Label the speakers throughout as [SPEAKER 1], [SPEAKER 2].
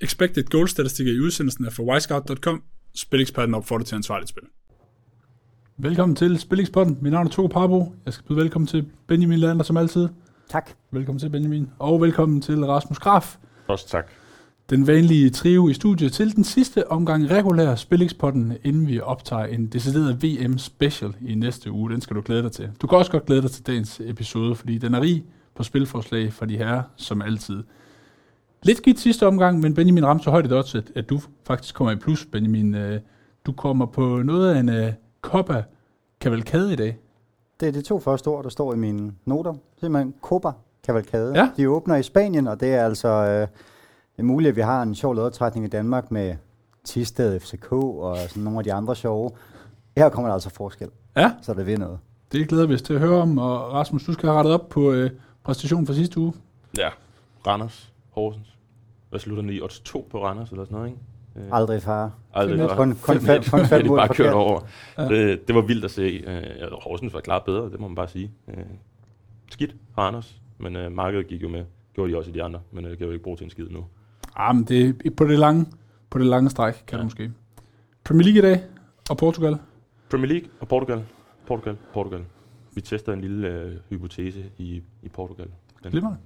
[SPEAKER 1] Expected goal statistikker i udsendelsen er fra wisecout.com. Spileksperten opfordrer til ansvarligt spil. Velkommen til Spillingspotten. Mit navn er Togo Parbo. Jeg skal byde velkommen til Benjamin Lander som altid.
[SPEAKER 2] Tak.
[SPEAKER 1] Velkommen til Benjamin. Og velkommen til Rasmus Graf.
[SPEAKER 3] Også tak.
[SPEAKER 1] Den vanlige trio i studiet til den sidste omgang regulær Spillingspotten, inden vi optager en decideret VM special i næste uge. Den skal du glæde dig til. Du kan også godt glæde dig til dagens episode, fordi den er rig på spilforslag fra de herrer, som altid. Lidt skidt sidste omgang, men Benjamin ramte så højt et odds, at, at du faktisk kommer i plus, Benjamin. Øh, Du kommer på noget af en øh, koppa kavalkade i dag.
[SPEAKER 2] Det er de to første ord, der står i mine noter. Simpelthen Copa Cavalcade.
[SPEAKER 1] Ja.
[SPEAKER 2] De åbner i Spanien, og det er altså øh, det er muligt, at vi har en sjov lodtrækning i Danmark med Tisted FCK og sådan nogle af de andre sjove. Her kommer der altså forskel,
[SPEAKER 1] Ja,
[SPEAKER 2] så det vil noget.
[SPEAKER 1] det glæder vi os til at høre om, og Rasmus, du skal have rettet op på øh, præstationen fra sidste uge.
[SPEAKER 3] Ja. Randers, Horsens. Hvad slutter den i? Odds 2 på Randers eller sådan noget, ikke? Øh,
[SPEAKER 2] Aldrig far.
[SPEAKER 3] aldrig.
[SPEAKER 1] Fem
[SPEAKER 3] det var-
[SPEAKER 2] Kun, kun,
[SPEAKER 1] Fem
[SPEAKER 2] fem, kun
[SPEAKER 3] Ja,
[SPEAKER 2] fem
[SPEAKER 3] det er
[SPEAKER 2] mål
[SPEAKER 3] bare kørt
[SPEAKER 2] forkert.
[SPEAKER 3] over.
[SPEAKER 1] Ja.
[SPEAKER 3] Ja. Det, det var vildt at se. Øh, ja, Horsens var klart bedre, det må man bare sige. Øh, skidt fra Anders, men øh, markedet gik jo med. Gjorde de også i de andre, men øh, det kan jo ikke bruge til en skid nu.
[SPEAKER 1] Ah, men det, på, det lange, på det lange stræk, kan ja.
[SPEAKER 3] Ja.
[SPEAKER 1] du måske. Premier League i dag, og Portugal.
[SPEAKER 3] Premier League og Portugal. Portugal, Portugal. Vi tester en lille øh, hypotese i, i Portugal. Den-
[SPEAKER 1] Glimrende.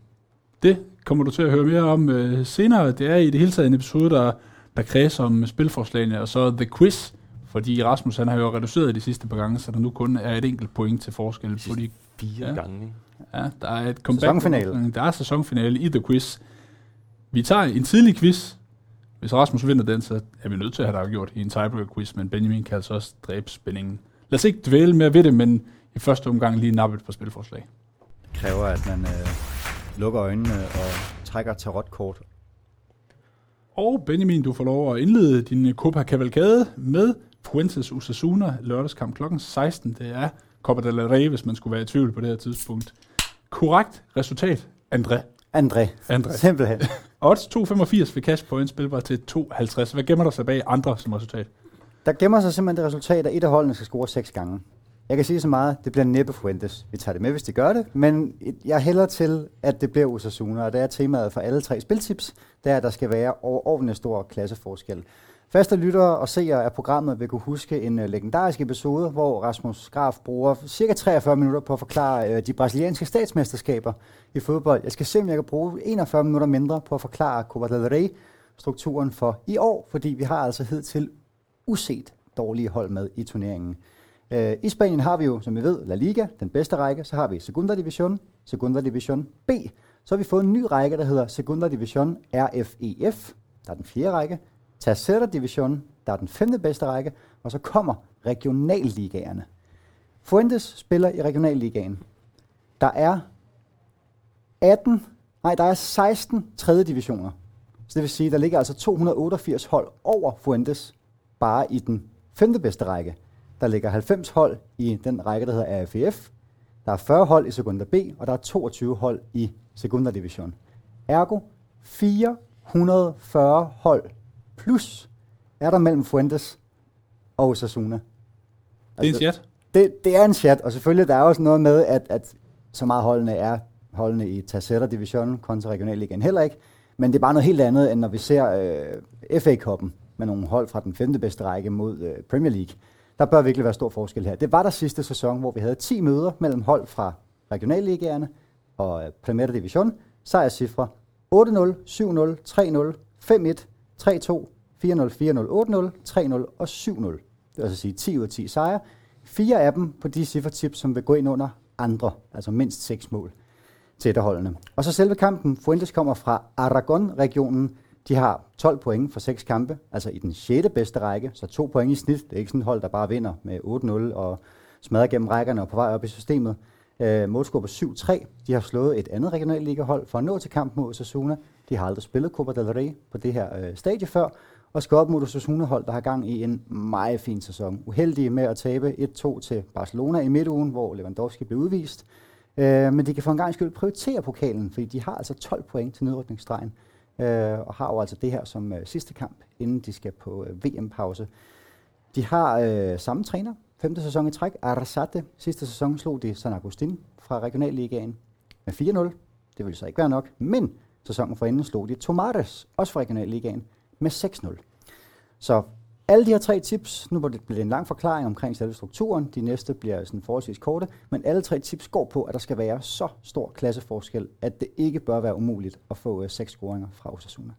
[SPEAKER 1] Det kommer du til at høre mere om øh, senere. Det er i det hele taget en episode, der, der kredser om spilforslagene, og så The Quiz, fordi Rasmus han har jo reduceret de sidste par gange, så der nu kun er et enkelt point til forskel på de
[SPEAKER 3] Fire
[SPEAKER 1] Ja.
[SPEAKER 3] ja. gange, ikke?
[SPEAKER 1] Ja, der er et comeback. Mm,
[SPEAKER 2] Sæsonfinale.
[SPEAKER 1] Der er sæsonfinale i The Quiz. Vi tager en tidlig quiz. Hvis Rasmus vinder den, så er vi nødt til at have det afgjort i en tiebreaker-quiz, men Benjamin kan altså også dræbe spændingen. Lad os ikke dvæle mere ved det, men i første omgang lige nappe et par spilforslag.
[SPEAKER 2] Det kræver, at man øh, lukker øjnene og trækker tarotkort.
[SPEAKER 1] Og Benjamin, du får lov at indlede din Copa Cavalcade med Fuentes Osasuna lørdagskamp kl. 16. Det er Copa del Rey, hvis man skulle være i tvivl på det her tidspunkt. Korrekt resultat, André.
[SPEAKER 2] André.
[SPEAKER 1] André.
[SPEAKER 2] Simpelthen.
[SPEAKER 1] Odds 2,85 ved cash point spilbar til 2,50. Hvad gemmer der sig bag andre som resultat?
[SPEAKER 2] Der gemmer sig simpelthen det resultat, at et af holdene skal score seks gange. Jeg kan sige så meget, det bliver næppe Fuentes. Vi tager det med, hvis de gør det, men jeg hælder til, at det bliver Osasuna, og det er temaet for alle tre spiltips, det er, at der skal være overordentlig stor klasseforskel. Faste lyttere og seere af programmet vil kunne huske en øh, legendarisk episode, hvor Rasmus Graf bruger cirka 43 minutter på at forklare øh, de brasilianske statsmesterskaber i fodbold. Jeg skal se, om jeg kan bruge 41 minutter mindre på at forklare Copa del Rey, strukturen for i år, fordi vi har altså hed til uset dårlige hold med i turneringen. Øh, I Spanien har vi jo, som vi ved, La Liga, den bedste række. Så har vi Segunda Division, Segunda Division B. Så har vi fået en ny række, der hedder Segunda Division RFEF. E Der er den fjerde række. Tercera Division, der er den femte bedste række. Og så kommer regionalligaerne. Fuentes spiller i regionalligaen. Der er 18, nej, der er 16 tredje divisioner. Så det vil sige, der ligger altså 288 hold over Fuentes bare i den femte bedste række. Der ligger 90 hold i den række, der hedder AFF. Der er 40 hold i Segunda B, og der er 22 hold i Segunda Division. Ergo 440 hold plus er der mellem Fuentes og Osasuna. Altså,
[SPEAKER 1] Det er en chat.
[SPEAKER 2] Det, det er en chat, og selvfølgelig der er også noget med, at, at så meget holdene er holdene i Tercera Division kontra Regionalligaen heller ikke. Men det er bare noget helt andet, end når vi ser øh, FA-koppen med nogle hold fra den femte bedste række mod øh, Premier League. Der bør virkelig være stor forskel her. Det var der sidste sæson, hvor vi havde 10 møder mellem hold fra Regionalligaerne og øh, Primera Division. Sejrscifre 8-0, 7-0, 3-0, 5-1, 3-2, 4-0, 4-0, 8-0, 3-0 og 7-0. Det vil altså sige 10 ud af 10 sejre. Fire af dem på de ciffertips, som vil gå ind under andre, altså mindst seks mål til et af holdene. Og så selve kampen. Fuentes kommer fra Aragon-regionen. De har 12 point for seks kampe, altså i den 6. bedste række, så to point i snit. Det er ikke sådan et hold, der bare vinder med 8-0 og smadrer gennem rækkerne og er på vej op i systemet. Øh, målscore på 7-3. De har slået et andet regionalligahold for at nå til kampen mod Osasuna. De har aldrig spillet Copa del Rey på det her øh, stadie før, og skal op mod Osasuna-hold, der har gang i en meget fin sæson. Uheldige med at tabe 1-2 til Barcelona i midtugen, hvor Lewandowski blev udvist. Øh, men de kan for en gang skyld prioritere pokalen, fordi de har altså 12 point til nedrykningsstregen, øh, og har jo altså det her som øh, sidste kamp, inden de skal på øh, VM-pause. De har øh, samme træner, femte sæson i træk, Arrasate. Sidste sæson slog de San Agustin fra Regionalligaen med 4-0. Det ville så ikke være nok, men Sæsonen forinden slog de Tomates, også fra Regionalligaen, med 6-0. Så alle de her tre tips, nu bliver det en lang forklaring omkring selve strukturen, de næste bliver sådan forholdsvis korte, men alle tre tips går på, at der skal være så stor klasseforskel, at det ikke bør være umuligt at få øh, seks scoringer fra Osasuna.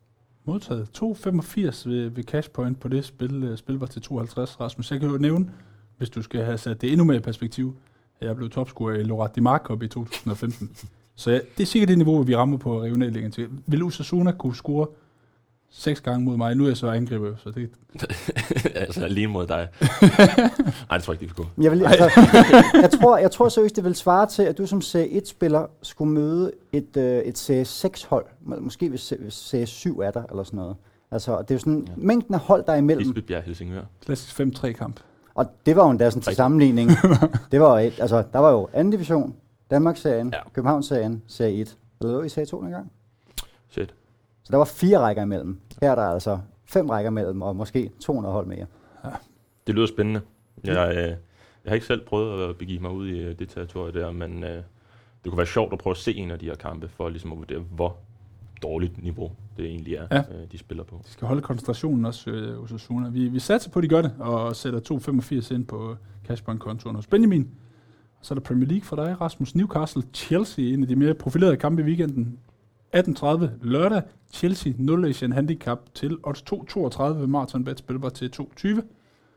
[SPEAKER 1] Modtaget 2,85 ved, ved cashpoint på det spil. øh, Spil var til 52, Rasmus. Jeg kan jo nævne, hvis du skal have sat det endnu mere i perspektiv, at jeg blev topscorer i Lorat de Mark Cup i 2015. Så ja, det er sikkert det niveau, vi rammer på regionalligaen til. Vil Osasuna kunne score seks gange mod mig? Nu er jeg så angriber, så det,
[SPEAKER 3] altså alene mod dig. Nej, det tror jeg ikke, de vil gå.
[SPEAKER 2] Jeg, vil, altså, jeg, tror, jeg tror seriøst, det vil svare til, at du som C1-spiller skulle møde et, øh, et C6-hold. Må- Måske hvis, C- hvis C7 er der, eller sådan noget. Altså, og det er jo sådan, ja.
[SPEAKER 3] Ja.
[SPEAKER 2] mængden af hold, der er imellem.
[SPEAKER 3] Lisbeth Bjerg, Helsingør.
[SPEAKER 1] Klassisk 5-3 kamp.
[SPEAKER 2] Og det var jo endda sådan til
[SPEAKER 3] Rigtig.
[SPEAKER 2] sammenligning. det var jo et, altså, der var jo anden division, Danmarksserien, ja.
[SPEAKER 3] Ja.
[SPEAKER 2] Københavnsserien, Serie 1. Eller lå i Serie 2 dengang?
[SPEAKER 3] Shit.
[SPEAKER 2] Så der var fire rækker imellem. Her er der altså fem rækker imellem, og måske 200 hold mere.
[SPEAKER 3] Det lyder spændende. Jeg, øh, jeg har ikke selv prøvet at begive mig ud i øh, det territorie der, men øh, det kunne være sjovt at prøve at se en af de her kampe, for ligesom at vurdere, hvor dårligt niveau det egentlig er,
[SPEAKER 1] Ja.
[SPEAKER 3] ja. øh, de spiller på.
[SPEAKER 1] De skal holde koncentrationen også, øh, Osasuna. Vi, vi satser på, at de gør det, og sætter 2,85 ind på cashbank-kontoen hos Benjamin. Så er der Premier League for dig, Rasmus. Newcastle, Chelsea, en af de mere profilerede kampe i weekenden. 18.30 lørdag, Chelsea 0 Asian Handicap til odds 2.32 ved Martin Bet spilbar til 2.20.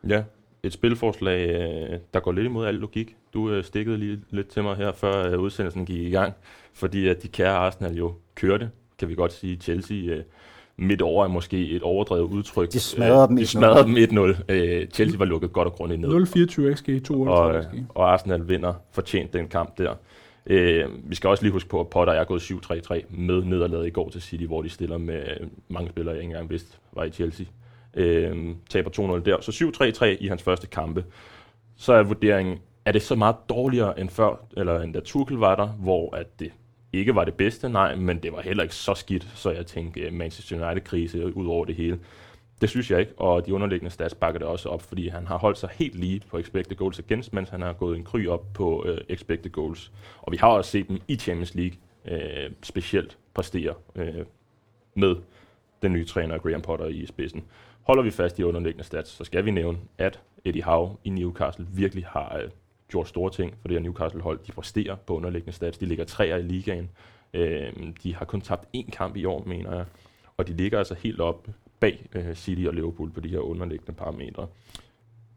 [SPEAKER 3] Ja, et spilforslag, øh, der går lidt imod al logik. Du øh, stikkede lige lidt til mig her, før øh, udsendelsen gik i gang, fordi at de kære Arsenal jo kørte, kan vi godt sige, Chelsea øh, midt over er måske et overdrevet udtryk. Øh,
[SPEAKER 2] De smadrede dem
[SPEAKER 3] de
[SPEAKER 2] 1-0.
[SPEAKER 3] smadrede dem 1-0. Øh, Chelsea var lukket godt og grundigt ned.
[SPEAKER 1] 0.24 XG, 2.38
[SPEAKER 3] og, øh,
[SPEAKER 1] XG.
[SPEAKER 3] og Arsenal vinder fortjent den kamp der. Øh, vi skal også lige huske på, at Potter er gået 7-3-3 med nederlaget i går til City, hvor de stiller med øh, mange spillere, jeg ikke engang vidste var i Chelsea. Øh, taber 2-0 der. Så 7-3-3 i hans første kampe. Så er vurderingen, er det så meget dårligere end før, eller end da Tuchel var der, hvor at det ikke var det bedste, nej, men det var heller ikke så skidt, så jeg tænkte øh, Manchester United-krise ud over det hele. Det synes jeg ikke, og de underliggende stats bakker det også op, fordi han har holdt sig helt lige på expected goals against, mens han har gået en kry op på øh, expected goals. Og vi har også set dem i Champions League øh, specielt præstere øh, med den nye træner Graham Potter i spidsen. Holder vi fast i underliggende stats, så skal vi nævne, at Eddie Howe i Newcastle virkelig har øh, gjort store ting for det her Newcastle-hold. De præsterer på underliggende stats. De ligger treer i ligaen. Øh, de har kun tabt én kamp i år, mener jeg. Og de ligger altså helt op bag øh, City og Liverpool på de her underliggende parametre.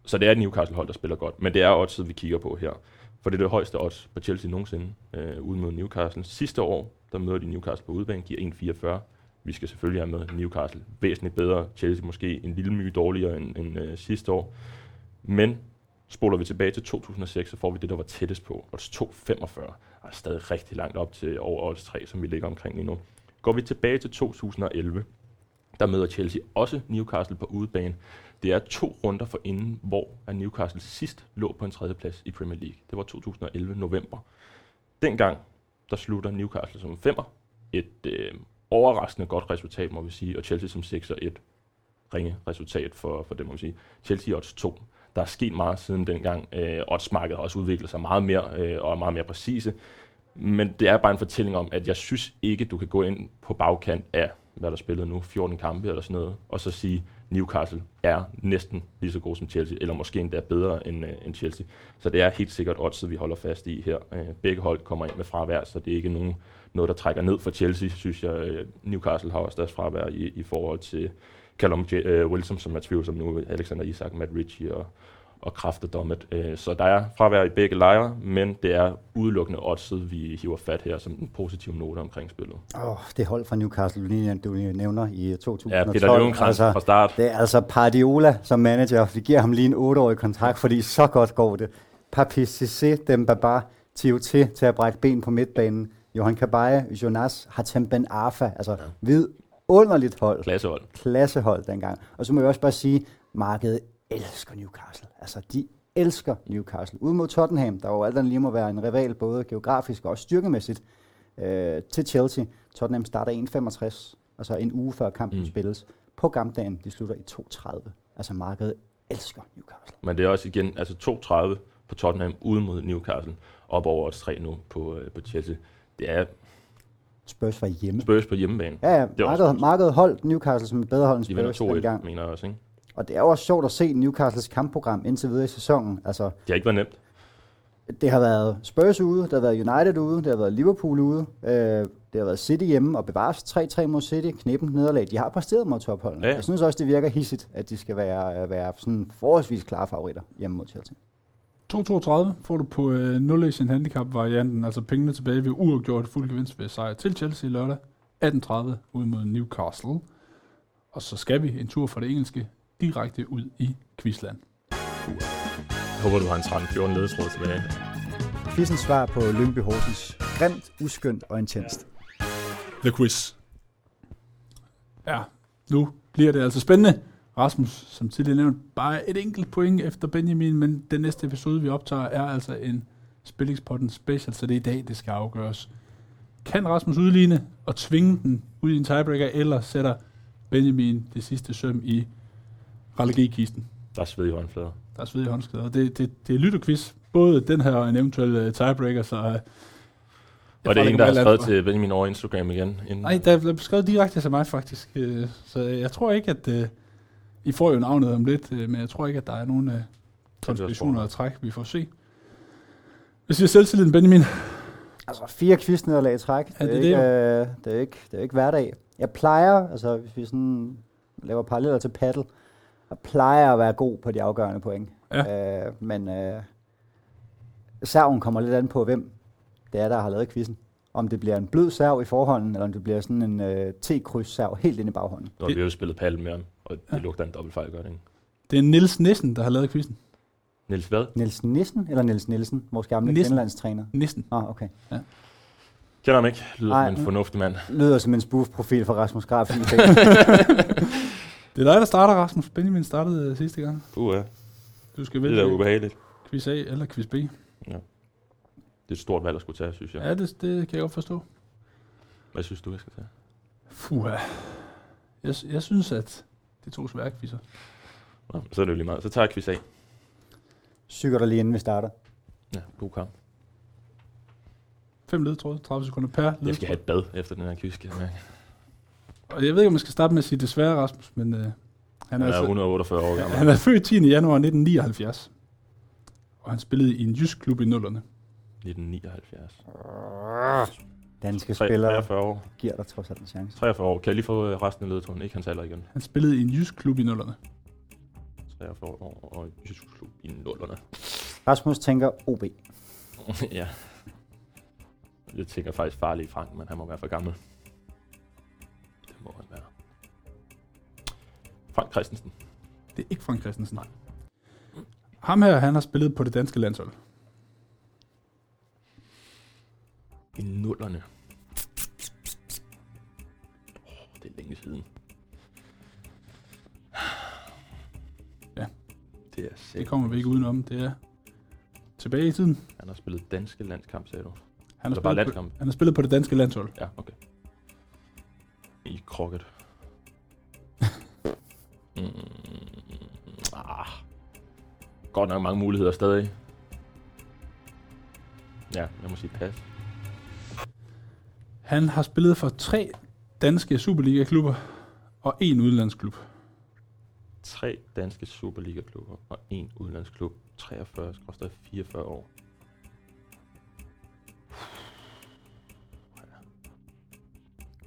[SPEAKER 3] Så det er et Newcastle-hold, der spiller godt. Men det er oddset, vi kigger på her. For det er det højeste odds på Chelsea nogensinde øh, ude mod Newcastle. Sidste år, der møder de Newcastle på udebane, giver 1,44. Vi skal selvfølgelig have med Newcastle. Væsentligt bedre. Chelsea måske en lille my dårligere end, end øh, sidste år. Men spoler vi tilbage til 2006, så får vi det, der var tættest på. Odds 2,45. Altså stadig rigtig langt op til over odds 3, som vi ligger omkring lige nu. Går vi tilbage til 2011, der møder Chelsea også Newcastle på udebane. Det er to runder for inden, hvor at Newcastle sidst lå på en tredjeplads i Premier League. Det var 2011 november. Dengang, der slutter Newcastle som femmer. Et øh, overraskende godt resultat, må vi sige, og Chelsea som 6 og 1. Ringe resultat for, for det, må vi sige. Chelsea i odds 2. Der er sket meget siden dengang. Øh, oddsmarkedet har også udviklet sig meget mere øh, og er meget mere præcise. Men det er bare en fortælling om, at jeg synes ikke, du kan gå ind på bagkant af, hvad der spillet nu, 14 kampe eller sådan noget, og så sige, Newcastle er næsten lige så god som Chelsea, eller måske endda bedre end, øh, end Chelsea. Så det er helt sikkert oddset, vi holder fast i her. Øh, begge hold kommer ind med fravær, så det er ikke nogen, noget, der trækker ned for Chelsea, synes jeg. Øh, Newcastle har også deres fravær i, i forhold til Callum J- øh, Wilson, som er tvivlsom nu, Alexander Isak, Matt Ritchie og, og kraftedommet. Øh, Så der er fravær i begge lejre, men det er udelukkende oddset, vi hiver fat her som en positiv note omkring spillet.
[SPEAKER 2] Åh, oh, det hold fra Newcastle, du lige, du lige nævner i øh, 2012.
[SPEAKER 3] Ja, Peter Løvenkrantz fra start.
[SPEAKER 2] Det er altså Pardiola som manager. Vi giver ham lige en 8-årig kontrakt, fordi så godt går det. Papi Cissé, Dembaba, TOT til at brække ben på midtbanen. Johan Cabaye, Jonas, Hatem Ben Arfa. Altså ja. vidunderligt hold.
[SPEAKER 3] Klassehold.
[SPEAKER 2] Klassehold dengang. Og så må jeg også bare sige, markedet elsker Newcastle. Altså de elsker Newcastle. Ude mod Tottenham, der jo alt andet lige må være en rival, både geografisk og også styrkemæssigt, øh, til Chelsea. Tottenham starter 1.65, altså en uge før kampen mm. spilles. På kampdagen, de slutter i 2.30. Altså markedet elsker Newcastle.
[SPEAKER 3] Men det er også igen altså 32 på Tottenham ude mod Newcastle, op over odds 3 nu på, øh, på Chelsea. Det er
[SPEAKER 2] Spurs var hjemme.
[SPEAKER 3] Spurs på hjemmebane.
[SPEAKER 2] Ja, ja.
[SPEAKER 3] er også
[SPEAKER 2] Markedet,
[SPEAKER 3] godt.
[SPEAKER 2] markedet holdt Newcastle som et bedre hold end
[SPEAKER 3] De vinder
[SPEAKER 2] Spurs
[SPEAKER 3] 2-1,
[SPEAKER 2] dengang.
[SPEAKER 3] mener jeg også. Ikke?
[SPEAKER 2] Og det er jo også sjovt at se Newcastles kampprogram indtil videre i sæsonen. Altså,
[SPEAKER 3] Det har ikke været nemt.
[SPEAKER 2] det har været Spurs ude, det har været United ude, det har været Liverpool ude, øh, det har været City hjemme og bevares 3-3 mod City, knippen nederlag. De har præsteret mod topholdene.
[SPEAKER 3] Ja.
[SPEAKER 2] Ja. Jeg synes også, det virker hissigt, at de skal være, øh, være sådan forholdsvis klare favoritter hjemme mod Chelsea.
[SPEAKER 1] 2,32 får du på øh, 0 sin handicap-varianten, altså pengene tilbage ved uafgjort fuld gevinst ved sejr til Chelsea lørdag 18.30 ud mod Newcastle. Og så skal vi en tur fra det engelske direkte ud i Quizland.
[SPEAKER 3] Jeg håber, du har en 13-14 ledetråd tilbage.
[SPEAKER 2] Quizens svar på Lyngby Horsens. Grimt, uskyndt og intenst.
[SPEAKER 4] The Quiz.
[SPEAKER 1] Ja, nu bliver det altså spændende. Rasmus, som tidligere nævnt, bare et enkelt point efter Benjamin, men den næste episode, vi optager, er altså en spillingspodden special, så det er i dag, det skal afgøres. Kan Rasmus udligne og tvinge den ud i en tiebreaker, eller sætter Benjamin det sidste søm i relegikisten?
[SPEAKER 3] Der er svedige håndflader.
[SPEAKER 1] Der er sved i håndsklæder. Det, det, det er lytterquiz. Både den her og en eventuel øh, tiebreaker, så... øh, jeg
[SPEAKER 3] Og det er
[SPEAKER 1] fralægger
[SPEAKER 3] en, der
[SPEAKER 1] mig
[SPEAKER 3] har
[SPEAKER 1] alt
[SPEAKER 3] skrevet
[SPEAKER 1] ansvar.
[SPEAKER 3] til Benjamin over Instagram igen. Inden
[SPEAKER 1] Nej, der blev skrevet direkte til mig faktisk, øh, så jeg tror ikke, at... øh, I får jo navnet om lidt, øh, men jeg tror ikke, at der er nogen øh, konspirationer og træk, vi får se. Hvad siger selvtilliden, Benjamin?
[SPEAKER 2] Altså fire quiznederlag i træk.
[SPEAKER 1] Ja, det er
[SPEAKER 2] det, er ikke, øh, det, er jo ikke, det er jo ikke hverdag. Jeg plejer, altså hvis vi sådan laver paralleller til paddle, jeg plejer at være god på de afgørende point. Ja. Øh, men øh, serven kommer lidt an på, hvem det er, der har lavet quizzen. Om det bliver en blød serv i forhånden, eller om det bliver sådan en øh, T-kryds-serv helt ind i baghånden.
[SPEAKER 3] Nu har vi jo spillet paddle med ham, og det lugter en dobbeltfejl godt, ikke?
[SPEAKER 1] Det er Nils Nissen, der har lavet quizzen.
[SPEAKER 3] Niels hvad?
[SPEAKER 2] Niels Nissen eller Niels Nielsen, vores gamle
[SPEAKER 1] Nissen.
[SPEAKER 2] kvindelandstræner?
[SPEAKER 1] Nissen.
[SPEAKER 2] Nå, okay.
[SPEAKER 3] Kender ham ikke. Lyder
[SPEAKER 2] Nej.
[SPEAKER 3] som en fornuftig mand.
[SPEAKER 2] Lyder som en spoof-profil for Rasmus Graf.
[SPEAKER 1] Det er dig, der starter, Rasmus. Benjamin startede øh, sidste gang.
[SPEAKER 3] Uh, ja.
[SPEAKER 1] Du skal
[SPEAKER 3] Det er da
[SPEAKER 1] vælge
[SPEAKER 3] ubehageligt.
[SPEAKER 1] quiz A eller quiz B.
[SPEAKER 3] Det er et stort valg at skulle tage, synes jeg.
[SPEAKER 1] Ja, det, det kan jeg godt forstå.
[SPEAKER 3] Hvad synes du, jeg skal tage?
[SPEAKER 1] Fuha. Jeg, jeg synes, at det er to svære quizzer.
[SPEAKER 3] Nå, så er det jo lige meget. Så tager jeg quiz af.
[SPEAKER 2] Sykker dig lige inden vi starter.
[SPEAKER 3] Ja, god kamp.
[SPEAKER 1] Fem ledtråde, 30 sekunder per
[SPEAKER 3] Jeg skal
[SPEAKER 1] ledtråd.
[SPEAKER 3] have et bad efter den her quiz, kan jeg mærke.
[SPEAKER 1] Og jeg ved ikke, om man skal starte med at sige desværre, Rasmus, men øh, han
[SPEAKER 3] Han
[SPEAKER 1] er
[SPEAKER 3] er
[SPEAKER 1] altså
[SPEAKER 3] 148 år gammel.
[SPEAKER 1] Han er født 10. januar 1979, og han spillede i en jysk klub i nullerne.
[SPEAKER 3] 1979.
[SPEAKER 2] Danske spillere
[SPEAKER 3] 43 år.
[SPEAKER 2] giver dig trods alt en chance.
[SPEAKER 3] 43 år. Kan jeg lige få øh, resten af ledetråden? Ikke hans alder igen.
[SPEAKER 1] Han spillede i en jysk klub i nullerne.
[SPEAKER 3] 43 år og Jysk Klub i nullerne.
[SPEAKER 2] Rasmus tænker OB.
[SPEAKER 3] ja. Jeg tænker faktisk farlig Frank, men han må være for gammel. Det må han være. Frank Christensen.
[SPEAKER 1] Det er ikke Frank Christensen. Nej. Ham her, han har spillet på det danske landshold.
[SPEAKER 3] I nullerne. Åh, det er længe siden.
[SPEAKER 1] Ja.
[SPEAKER 3] Det er sikkert.
[SPEAKER 1] Det kommer vi ikke udenom. Det er tilbage i tiden.
[SPEAKER 3] Han har spillet danske landskamp, sagde du.
[SPEAKER 1] Han har,
[SPEAKER 3] Eller Altså, bare
[SPEAKER 1] spillet på,
[SPEAKER 3] landskamp.
[SPEAKER 1] han har spillet på det danske landshold.
[SPEAKER 3] Ja, okay. I krokket. mm, ah. Godt nok mange muligheder stadig. Ja, jeg må sige pas.
[SPEAKER 1] Han har spillet for tre danske Superliga-klubber og en udenlandsklub.
[SPEAKER 3] Tre danske Superliga-klubber og en udenlandsklub. 43-44 år.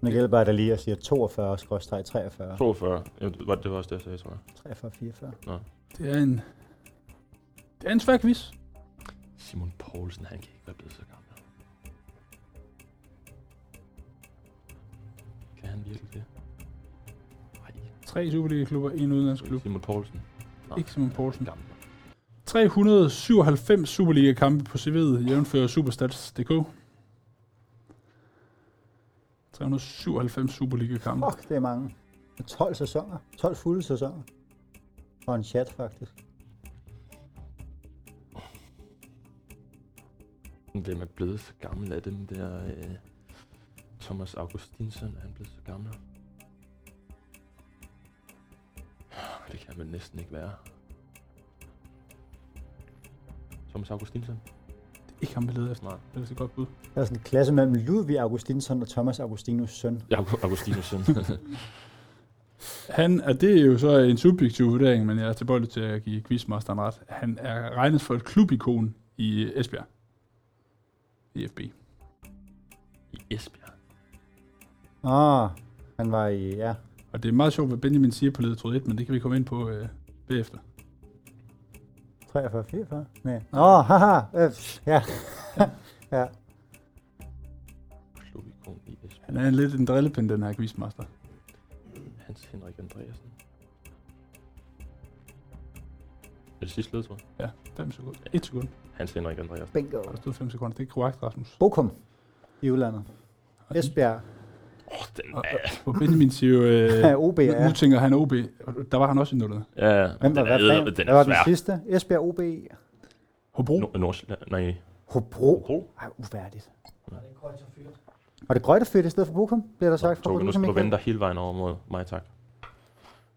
[SPEAKER 2] Nu hjælper jeg dig lige og siger 42, 43,
[SPEAKER 3] 42. Jamen, det var, det var også det, jeg sagde, tror jeg.
[SPEAKER 2] 43, 44.
[SPEAKER 1] Det er en, det er en svær quiz.
[SPEAKER 3] Simon Poulsen, han kan ikke være blevet så gammel. Kan han virkelig det? Nej,
[SPEAKER 1] Tre Superliga-klubber, en udenlandsklub.
[SPEAKER 3] Simon Poulsen.
[SPEAKER 1] Ikke Simon Poulsen.
[SPEAKER 3] Gammel.
[SPEAKER 1] 397 Superliga-kampe på CV'et, jævnfører Superstats.dk. 397 Superliga-kampe.
[SPEAKER 2] Fuck, det er mange. 12 sæsoner. 12 fulde sæsoner. Og en chat, faktisk.
[SPEAKER 3] Hvem er blevet så gammel af dem der? Øh, Thomas Augustinsson, er han blevet så gammel? Ah, Det kan man næsten ikke være. Thomas Augustinsson?
[SPEAKER 1] Det ikke ham, vi leder efter.
[SPEAKER 3] Nej.
[SPEAKER 1] Det er vist et godt bud.
[SPEAKER 2] Der er sådan en klasse mellem Ludvig Augustinsson og Thomas Augustinus søn.
[SPEAKER 3] Jeg er Augustinus søn.
[SPEAKER 1] Han, og det er jo så en subjektiv vurdering, men jeg er tilbøjelig til at give quizmasteren ret. Han er regnet for et klubikon i Esbjerg. I FB.
[SPEAKER 3] I Esbjerg.
[SPEAKER 2] Ah, han var i, ja.
[SPEAKER 1] Og det er meget sjovt, hvad Benjamin siger på ledetråd 1, men det kan vi komme ind på øh, bagefter.
[SPEAKER 2] 43, 44? Nej. Åh, oh, haha. Øh, ja. ja.
[SPEAKER 3] Klubikon i Esbjerg.
[SPEAKER 1] Han er en lidt en drillepind, den her quizmaster.
[SPEAKER 3] Hans Henrik Andreasen. Er det sidste ledtråd?
[SPEAKER 1] 5 sekunder. 1 sekund.
[SPEAKER 3] Hans Henrik Andreasen.
[SPEAKER 5] Bingo.
[SPEAKER 1] Der stod 5 sekunder. Det er korrekt, Rasmus.
[SPEAKER 2] Bokum.
[SPEAKER 5] I udlandet.
[SPEAKER 1] Og-
[SPEAKER 2] Esbjerg.
[SPEAKER 3] Åh, oh, den
[SPEAKER 1] Og,
[SPEAKER 2] øh,
[SPEAKER 3] er...
[SPEAKER 1] og, og Benjamin siger jo, øh,
[SPEAKER 2] OB
[SPEAKER 1] nu, nu
[SPEAKER 2] er.
[SPEAKER 1] tænker han OB. Der var han også i nullet.
[SPEAKER 3] Ja,
[SPEAKER 2] Hvem var,
[SPEAKER 3] den er,
[SPEAKER 2] hvad
[SPEAKER 3] æder,
[SPEAKER 2] fanden?
[SPEAKER 3] den
[SPEAKER 2] Hvad
[SPEAKER 3] er
[SPEAKER 2] var den
[SPEAKER 3] svær.
[SPEAKER 2] sidste? Esbjerg OB.
[SPEAKER 1] Hobro.
[SPEAKER 3] Nor- Nordsjælland, nej.
[SPEAKER 2] Hobro.
[SPEAKER 3] Hobro?
[SPEAKER 2] Ej, uværdigt. Var det Grøjtefyrt i stedet for ligesom Bokum, bliver der sagt fra
[SPEAKER 3] Toge, nu
[SPEAKER 2] producer
[SPEAKER 3] skal du
[SPEAKER 2] Michael?
[SPEAKER 3] vente dig hele vejen over mod mig, tak.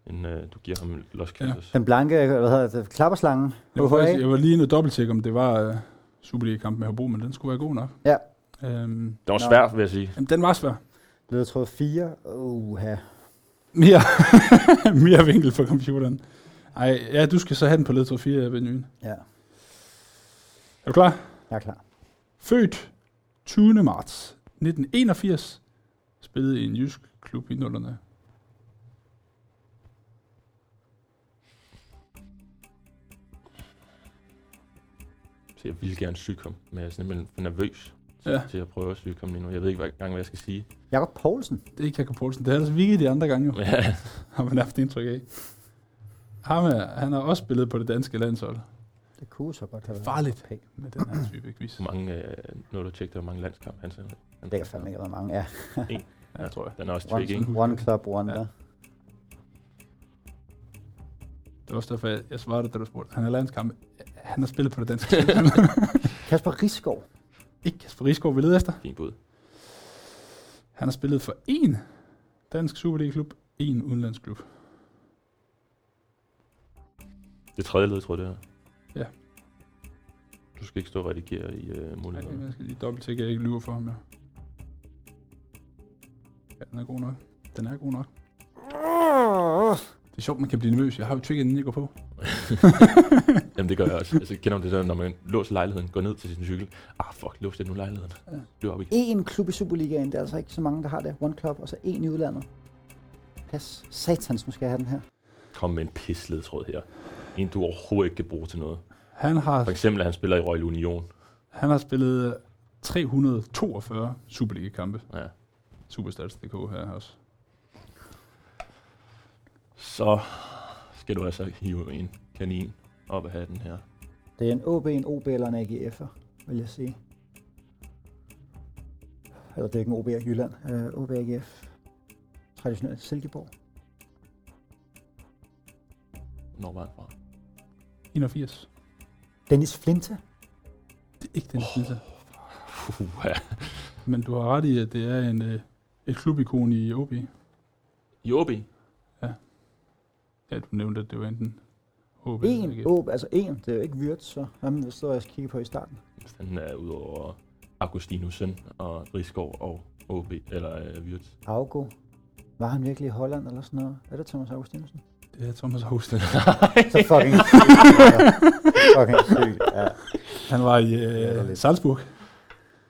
[SPEAKER 3] Inden øh, du giver ham Los Cactus. Ja.
[SPEAKER 2] Den blanke, hvad hedder det, klapperslangen.
[SPEAKER 1] Jeg var,
[SPEAKER 2] Hvorfor
[SPEAKER 1] faktisk,
[SPEAKER 2] ikke?
[SPEAKER 1] jeg var lige nu dobbelttjekke, om det var øh, Superliga-kampen med Hobro, men den skulle være god nok.
[SPEAKER 5] Ja.
[SPEAKER 1] Øhm,
[SPEAKER 3] Det var
[SPEAKER 2] Nå.
[SPEAKER 3] svært, vil jeg sige.
[SPEAKER 1] jamen, den var svær.
[SPEAKER 2] Ledetråd 4. Uha.
[SPEAKER 1] Mere, mere vinkel på computeren. Ej, ja, du skal så have den på ledtråd 4, Benjamin.
[SPEAKER 2] Ja.
[SPEAKER 1] Er du klar?
[SPEAKER 2] Jeg er klar.
[SPEAKER 1] Født 20. marts 1981. Spillede i en jysk klub i nullerne.
[SPEAKER 3] Så jeg vil gerne syge ham, men jeg er simpelthen for nervøs
[SPEAKER 1] Ja,
[SPEAKER 3] til at prøve at syge ham lige nu. Jeg ved ikke hver gang, hvad jeg skal sige.
[SPEAKER 2] Jakob Poulsen.
[SPEAKER 1] det er ikke Jakob Poulsen. Det er ellers Vicky de andre gange, jo,
[SPEAKER 3] Men
[SPEAKER 1] har man haft indtryk af. Ham er, han har også spillet på det danske landshold
[SPEAKER 2] Det kunne så godt have været.
[SPEAKER 1] Farligt.
[SPEAKER 2] Okay.
[SPEAKER 1] med den her type quiz.
[SPEAKER 3] hvor mange, øh, når du tjekker, hvor mange landskamp han sender.
[SPEAKER 2] Det kan fandme ikke have været mange. Ja.
[SPEAKER 1] Ja, tror jeg.
[SPEAKER 3] Den er også
[SPEAKER 2] One,
[SPEAKER 3] trick, ikke?
[SPEAKER 2] one Club Wonder.
[SPEAKER 1] Ja.
[SPEAKER 2] Ja.
[SPEAKER 1] Det var også derfor, jeg- jeg svarede det, da du spurgte. Han er landskamp. Han har spillet på det danske.
[SPEAKER 2] Kasper Risgaard.
[SPEAKER 1] ikke Kasper Risgaard, vi leder efter.
[SPEAKER 3] Fint bud.
[SPEAKER 1] Han har spillet for én dansk Superliga-klub, én udenlandsklub.
[SPEAKER 3] Det tredje led, tror jeg, det er.
[SPEAKER 1] Ja.
[SPEAKER 3] Du skal ikke stå og redigere i øh,
[SPEAKER 1] Okay,
[SPEAKER 3] mulighederne.
[SPEAKER 1] jeg skal lige dobbelt tjekke, at jeg ikke lyver for ham. Ja. ja, den er god nok. Den er god nok. Det er sjovt, man kan blive nervøs. Jeg har jo tjekket, inden jeg går på.
[SPEAKER 3] Jamen, det gør jeg også. Altså, kender du det der, når man låser lejligheden, går ned til sin cykel. Ah, fuck, lås det nu lejligheden.
[SPEAKER 1] Ja.
[SPEAKER 3] Du er op igen.
[SPEAKER 5] En klub i Superligaen, der er altså ikke så mange, der har det. One Club, og så en i udlandet.
[SPEAKER 2] Pas. Satans, nu skal jeg have den her.
[SPEAKER 3] Kom med en pisledtråd her. En, du overhovedet ikke kan bruge til noget.
[SPEAKER 1] Han har,
[SPEAKER 3] For eksempel, at han spiller i Royal Union.
[SPEAKER 1] han har spillet øh, 342 Superliga-kampe.
[SPEAKER 3] Ja.
[SPEAKER 1] Superstats.dk her også.
[SPEAKER 3] Så skal du altså hive en kanin op af den her.
[SPEAKER 2] Det er en OB, en OB eller en AGF'er, vil jeg sige. Eller det er ikke en OB af Jylland. Uh, OB AGF. Traditionelt Silkeborg.
[SPEAKER 3] Når var han fra?
[SPEAKER 1] 81.
[SPEAKER 2] Dennis Flinte.
[SPEAKER 1] Det er ikke den oh.
[SPEAKER 3] Puh, ja.
[SPEAKER 1] Men du har ret i, at det er en, øh, et klubikon i OB.
[SPEAKER 3] I OB?
[SPEAKER 1] Ja, du nævnte, at det var enten OB. eller
[SPEAKER 2] En
[SPEAKER 1] AGF.
[SPEAKER 2] OB, altså en. Det er jo ikke Wirtz, så. Jamen, det stod jeg og kiggede på i starten.
[SPEAKER 3] Hvis han er ud over Augustinusen og Rigsgaard og OB, eller uh, Wirtz.
[SPEAKER 2] Augo. Var han virkelig i Holland eller sådan noget? Er det Thomas Augustinusen?
[SPEAKER 1] Det er Thomas Houston.
[SPEAKER 2] Så fucking sygt. altså. fucking sygt. Ja.
[SPEAKER 1] Han var i
[SPEAKER 2] det er
[SPEAKER 1] øh,
[SPEAKER 2] lidt-
[SPEAKER 1] Salzburg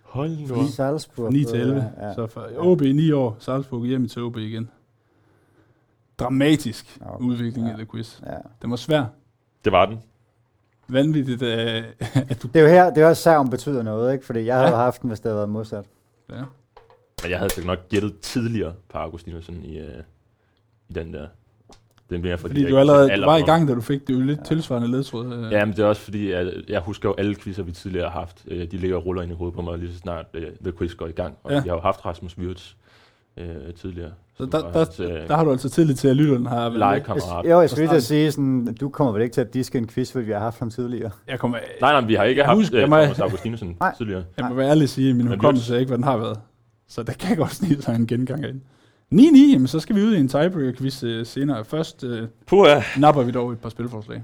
[SPEAKER 3] Hold nu
[SPEAKER 2] I Salzburg.
[SPEAKER 1] 9 til 11.
[SPEAKER 2] Ja.
[SPEAKER 1] Så fra OB i 9 år, Salzburg hjem til OB igen. Dramatisk
[SPEAKER 2] Nå, okay.
[SPEAKER 1] udvikling
[SPEAKER 2] Ja.
[SPEAKER 1] af The Quiz.
[SPEAKER 2] ja.
[SPEAKER 1] Den var svær.
[SPEAKER 3] Det var den.
[SPEAKER 1] Vanvittigt, øh, at du...
[SPEAKER 2] Det er jo her, det er også savn betyder noget, ikke? Fordi jeg havde haft den, hvis det havde været modsat.
[SPEAKER 1] Ja.
[SPEAKER 3] Men jeg havde sikkert nok gættet tidligere på Augustinusen i, uh, i den der. Den bliver fordi,
[SPEAKER 1] Fordi
[SPEAKER 3] jeg
[SPEAKER 1] du
[SPEAKER 3] ikke
[SPEAKER 1] allerede
[SPEAKER 3] sådan
[SPEAKER 1] du var i
[SPEAKER 3] alder-
[SPEAKER 1] gang, da du fik det jo lidt tilsvarende ledtråd. Øh.
[SPEAKER 3] Ja, men det er også fordi, at jeg husker jo alle quizzer, vi tidligere har haft. øh, De ligger og ruller ind i hovedet på mig, lige så snart uh, The Quiz går i gang. Og
[SPEAKER 1] Ja.
[SPEAKER 3] ja. vi har jo haft Rasmus Wirtz uh, tidligere.
[SPEAKER 1] Så
[SPEAKER 3] som
[SPEAKER 1] der,
[SPEAKER 3] var
[SPEAKER 1] der,
[SPEAKER 3] hans, øh,
[SPEAKER 1] der har du altså tillid til, at lytteren har... været med.
[SPEAKER 3] legekammerat.
[SPEAKER 2] Jo, jeg skulle lige til at
[SPEAKER 1] starten.
[SPEAKER 2] sige, sådan, du kommer vel ikke til at diske en quiz, fordi vi har haft ham tidligere.
[SPEAKER 1] Jeg, kommer,
[SPEAKER 3] Nej, nej, vi har ikke
[SPEAKER 1] Jeg
[SPEAKER 3] haft
[SPEAKER 1] husker-
[SPEAKER 3] husker,
[SPEAKER 1] jeg
[SPEAKER 3] uh,
[SPEAKER 1] må-
[SPEAKER 3] Thomas Augustinusen
[SPEAKER 2] Nej.
[SPEAKER 3] tidligere.
[SPEAKER 1] jeg må være ærlig at sige, at min
[SPEAKER 3] Men
[SPEAKER 1] hukommelse er ikke, hvad den har været. Så der kan godt snige sig en gengang ind. 9-9, jamen, så skal vi ud i en tiebreaker-quiz øh, senere. Først øh,
[SPEAKER 3] Puh, ja.
[SPEAKER 1] napper vi dog et par spilforslag.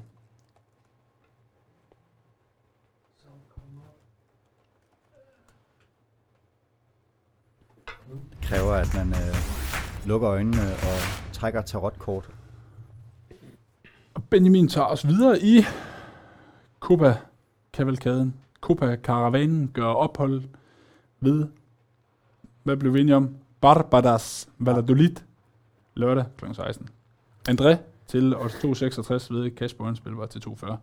[SPEAKER 2] kræver, at man øh, lukker øjnene og trækker tarotkort.
[SPEAKER 1] Og Benjamin tager os videre i Copa Kavalkaden. Copa Karavanen gør ophold ved, hvad blev vi enige om? Barbadas Valladolid lørdag kl. 16. André til odds 266 ved Kasper Hønspil var til 240.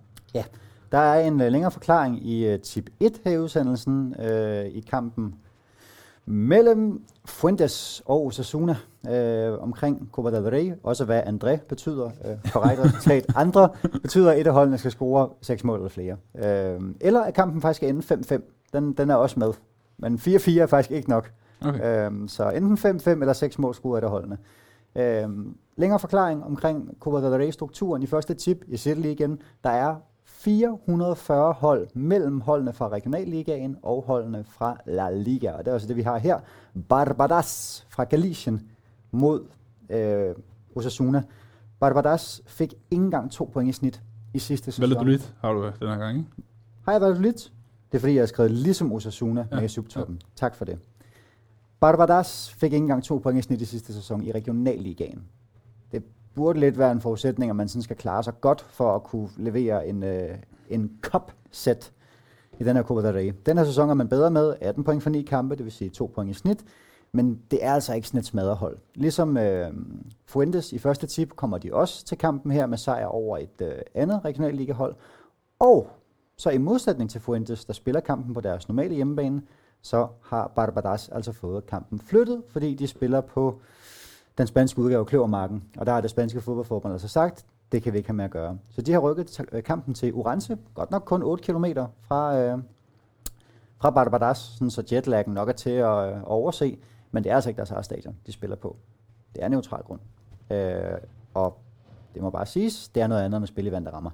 [SPEAKER 2] Der er en øh, længere forklaring i øh, tip 1 her i udsendelsen øh, i kampen mellem Fuentes og Osasuna øh, omkring Copa del Rey. Også hvad André betyder øh, for række resultat. Andre betyder, at et af holdene skal score 6 mål eller flere. Øh, eller at kampen faktisk skal ende 5-5. Den, den er også med. Men 4-4 er faktisk ikke nok.
[SPEAKER 1] Okay.
[SPEAKER 2] Øhm, så enten 5-5 eller 6 mål skulle af det holdene. Øhm, længere forklaring omkring Copa del Rey-strukturen i første tip. Jeg siger det lige igen. Der er 440 hold mellem holdene fra Regionalligaen og holdene fra La Liga. Og det er også det, vi har her. Barbadas fra Galicien mod øh, Osasuna. Barbadas fik ikke engang to point i snit i sidste sæson.
[SPEAKER 1] Valladolid har du øh, den her gang, ikke?
[SPEAKER 2] Har jeg været lidt? Det er fordi, jeg har skrevet ligesom Osasuna ja.
[SPEAKER 1] Ja,
[SPEAKER 2] med i subtoppen. Ja. Tak for det. Barbadas fik ikke engang to point i snit i sidste sæson i regionalligaen. Det burde lidt være en forudsætning, at man sådan skal klare sig godt for at kunne levere en, øh, en cup-sæt i den her Copa del Rey. Den her sæson er man bedre med 18 point for 9 kampe, det vil sige 2 point i snit, men det er altså ikke sådan et smadrehold. Ligesom øh, Fuentes i første tip kommer de også til kampen her med sejr over et øh, andet regionalligahold. Og så i modsætning til Fuentes, der spiller kampen på deres normale hjemmebane, så har Barbadas altså fået kampen flyttet, fordi de spiller på den spanske udgave af Kløvermarken. Og der har det spanske fodboldforbund altså sagt, det kan vi ikke have med at gøre. Så de har rykket ta- øh, kampen til Orense, godt nok kun 8 km fra, øh, fra Barbadas, sådan så jetlaggen nok er til at øh, overse, men det er altså ikke deres eget stadion, de spiller på. Det er neutral grund. Øh, og det må bare siges, det er noget andet end at spille i vand, der rammer.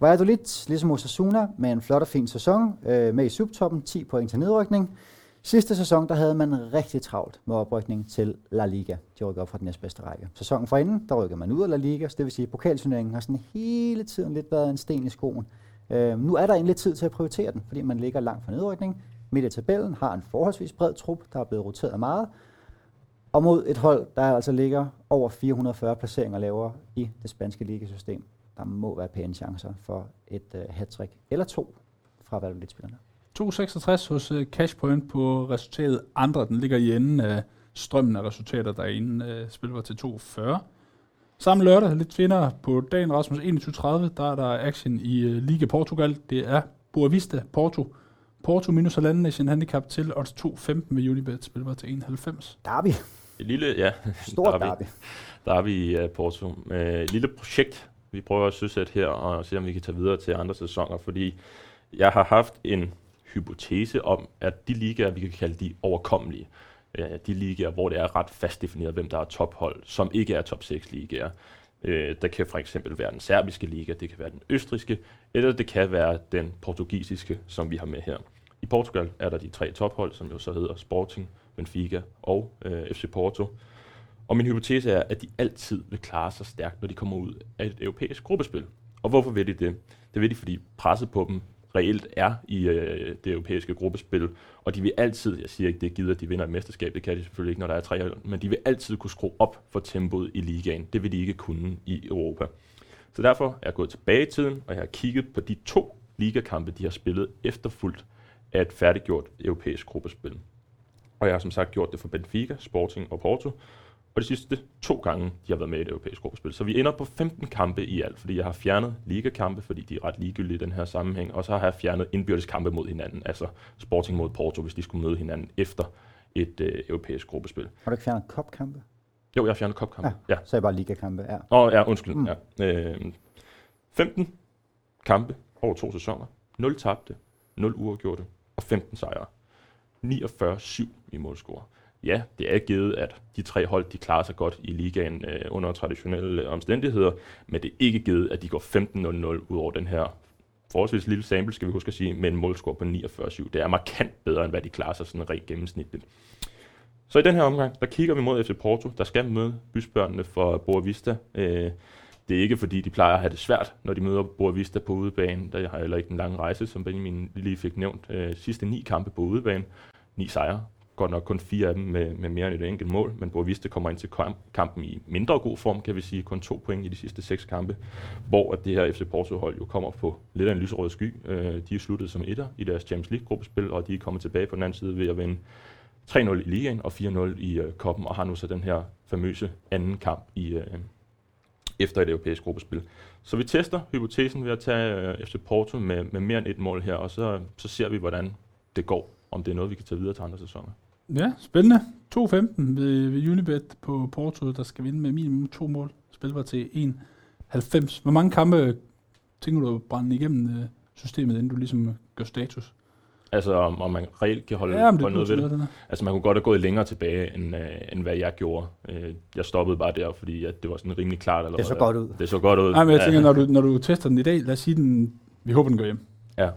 [SPEAKER 2] Valladolid, ligesom Osasuna, med en flot og fin sæson, øh, med i subtoppen, 10 point til nedrykning. Sidste sæson, der havde man rigtig travlt med oprykning til La Liga. De rykker op fra den næstbedste række. Sæsonen forinden, der rykker man ud af La Liga, så det vil sige, at pokalturneringen har sådan hele tiden lidt været en sten i skoen. Øh, nu er der egentlig tid til at prioritere den, fordi man ligger langt fra nedrykning. Midt i tabellen har en forholdsvis bred trup, der er blevet roteret meget. Og mod et hold, der altså ligger over 440 placeringer lavere i det spanske ligasystem der må være pæne chancer for et øh, hattrick eller to fra Valladolid-spillerne.
[SPEAKER 1] 266 hos øh, Cashpoint på resultatet andre. Den ligger i enden af strømmen af resultater, der er inden øh, spil var til 240. Samme lørdag, lidt senere på dagen, Rasmus 21.30, der er der action i øh, Liga Portugal. Det er Boavista Porto. Porto minus halvanden i sin handicap til odds 2.15 med Unibet, spil var til 91.
[SPEAKER 2] Derby.
[SPEAKER 3] Et lille, ja,
[SPEAKER 2] Stort derby.
[SPEAKER 3] Derby.
[SPEAKER 2] derby.
[SPEAKER 3] der er vi i øh, Porto. Øh, et lille projekt, vi prøver at søsætte her og se, om vi kan tage videre til andre sæsoner, fordi jeg har haft en hypotese om, at de ligaer, vi kan kalde de overkommelige, øh, de ligaer, hvor det er ret fast defineret, hvem der er tophold, som ikke er top 6 ligaer. Øh, der kan for eksempel være den serbiske liga, det kan være den østriske, eller det kan være den portugisiske, som vi har med her. I Portugal er der de tre tophold, som jo så hedder Sporting, Benfica og øh, FC Porto. Øh, og min hypotese er, at de altid vil klare sig stærkt, når de kommer ud af et europæisk gruppespil. Og hvorfor vil de det? Det vil de, fordi presset på dem reelt er i øh, det europæiske gruppespil, og de vil altid, jeg siger ikke, det gider, at de vinder et mesterskab, det kan de selvfølgelig ikke, når der er tre hold, men de vil altid kunne skrue op for tempoet i ligaen. Det vil de ikke kunne i Europa. Så derfor er jeg gået tilbage i tiden, og jeg har kigget på de to ligakampe, de har spillet efterfuldt af et færdiggjort europæisk gruppespil. Og jeg har som sagt gjort det for Benfica, Sporting og Porto, og de sidste to gange, de har været med i det europæiske gruppespil. Så vi ender på 15 kampe i alt, fordi jeg har fjernet ligakampe, fordi de er ret ligegyldige i den her sammenhæng, og så har jeg fjernet indbyrdes kampe mod hinanden, altså Sporting mod Porto, hvis de skulle møde hinanden efter et øh, europæisk gruppespil.
[SPEAKER 2] Har du ikke fjernet kopkampe?
[SPEAKER 3] Jo, jeg har fjernet kopkampe. Ja. ja.
[SPEAKER 2] Så er det bare ligakampe. Ja.
[SPEAKER 3] Åh, ja, undskyld. Mm. Ja. Øh, 15 kampe over to sæsoner. 0 tabte, 0 uafgjorte og 15 sejre. 49-7 i målscore. Ja, det er givet, at de tre hold de klarer sig godt i ligaen øh, under traditionelle omstændigheder, men det er ikke givet, at de går 15-0-0 ud over den her forholdsvis lille sample, skal vi huske at sige, med en målscore på 49-7. Det er markant bedre, end hvad de klarer sig sådan rent gennemsnitligt. Så i den her omgang, der kigger vi mod FC Porto, der skal møde bysbørnene for Boavista. Øh, det er ikke fordi, de plejer at have det svært, når de møder Boavista på udebane. Der har heller ikke den lange rejse, som Benjamin lige fik nævnt. Øh, sidste ni kampe på udebane, ni sejre, Godt nok kun fire af dem med, med mere end et enkelt mål, men Borviste kommer ind til kamp, kampen i mindre god form, kan vi sige. Kun to point i de sidste seks kampe, hvor at det her FC Porto-hold jo kommer på lidt af en lyserød sky. Øh, de er sluttet som etter i deres Champions League-gruppespil, og de er kommet tilbage på den anden side ved at vinde 3-0 i ligaen og 4-0 i øh, koppen, og har nu så den her famøse anden kamp i, øh, efter et europæisk gruppespil. Så vi tester hypotesen ved at tage øh, FC Porto med, med mere end et mål her, og så, så ser vi, hvordan det går, om det er noget, vi kan tage videre til andre sæsoner.
[SPEAKER 1] Ja, spændende. 2-15 ved, ved Unibet på Porto, der skal vinde med minimum to mål. Spilbar til 1,90. Hvor mange kampe tænker du at brænde igennem øh, systemet, inden du ligesom øh, gør status?
[SPEAKER 3] Altså om, om man reelt kan holde,
[SPEAKER 1] ja, men det er
[SPEAKER 3] holde noget ved det.
[SPEAKER 1] den her.
[SPEAKER 3] Altså man kunne godt have gået længere tilbage, end, øh, end hvad jeg gjorde. Øh, jeg stoppede bare der, fordi at det var sådan rimelig klart. Eller
[SPEAKER 2] Det så godt ud.
[SPEAKER 3] Det så godt ud.
[SPEAKER 1] Nej, men jeg tænker,
[SPEAKER 3] ja.
[SPEAKER 1] når du, når du tester den i dag, lad os sige den, vi håber, den går hjem.
[SPEAKER 3] Ja.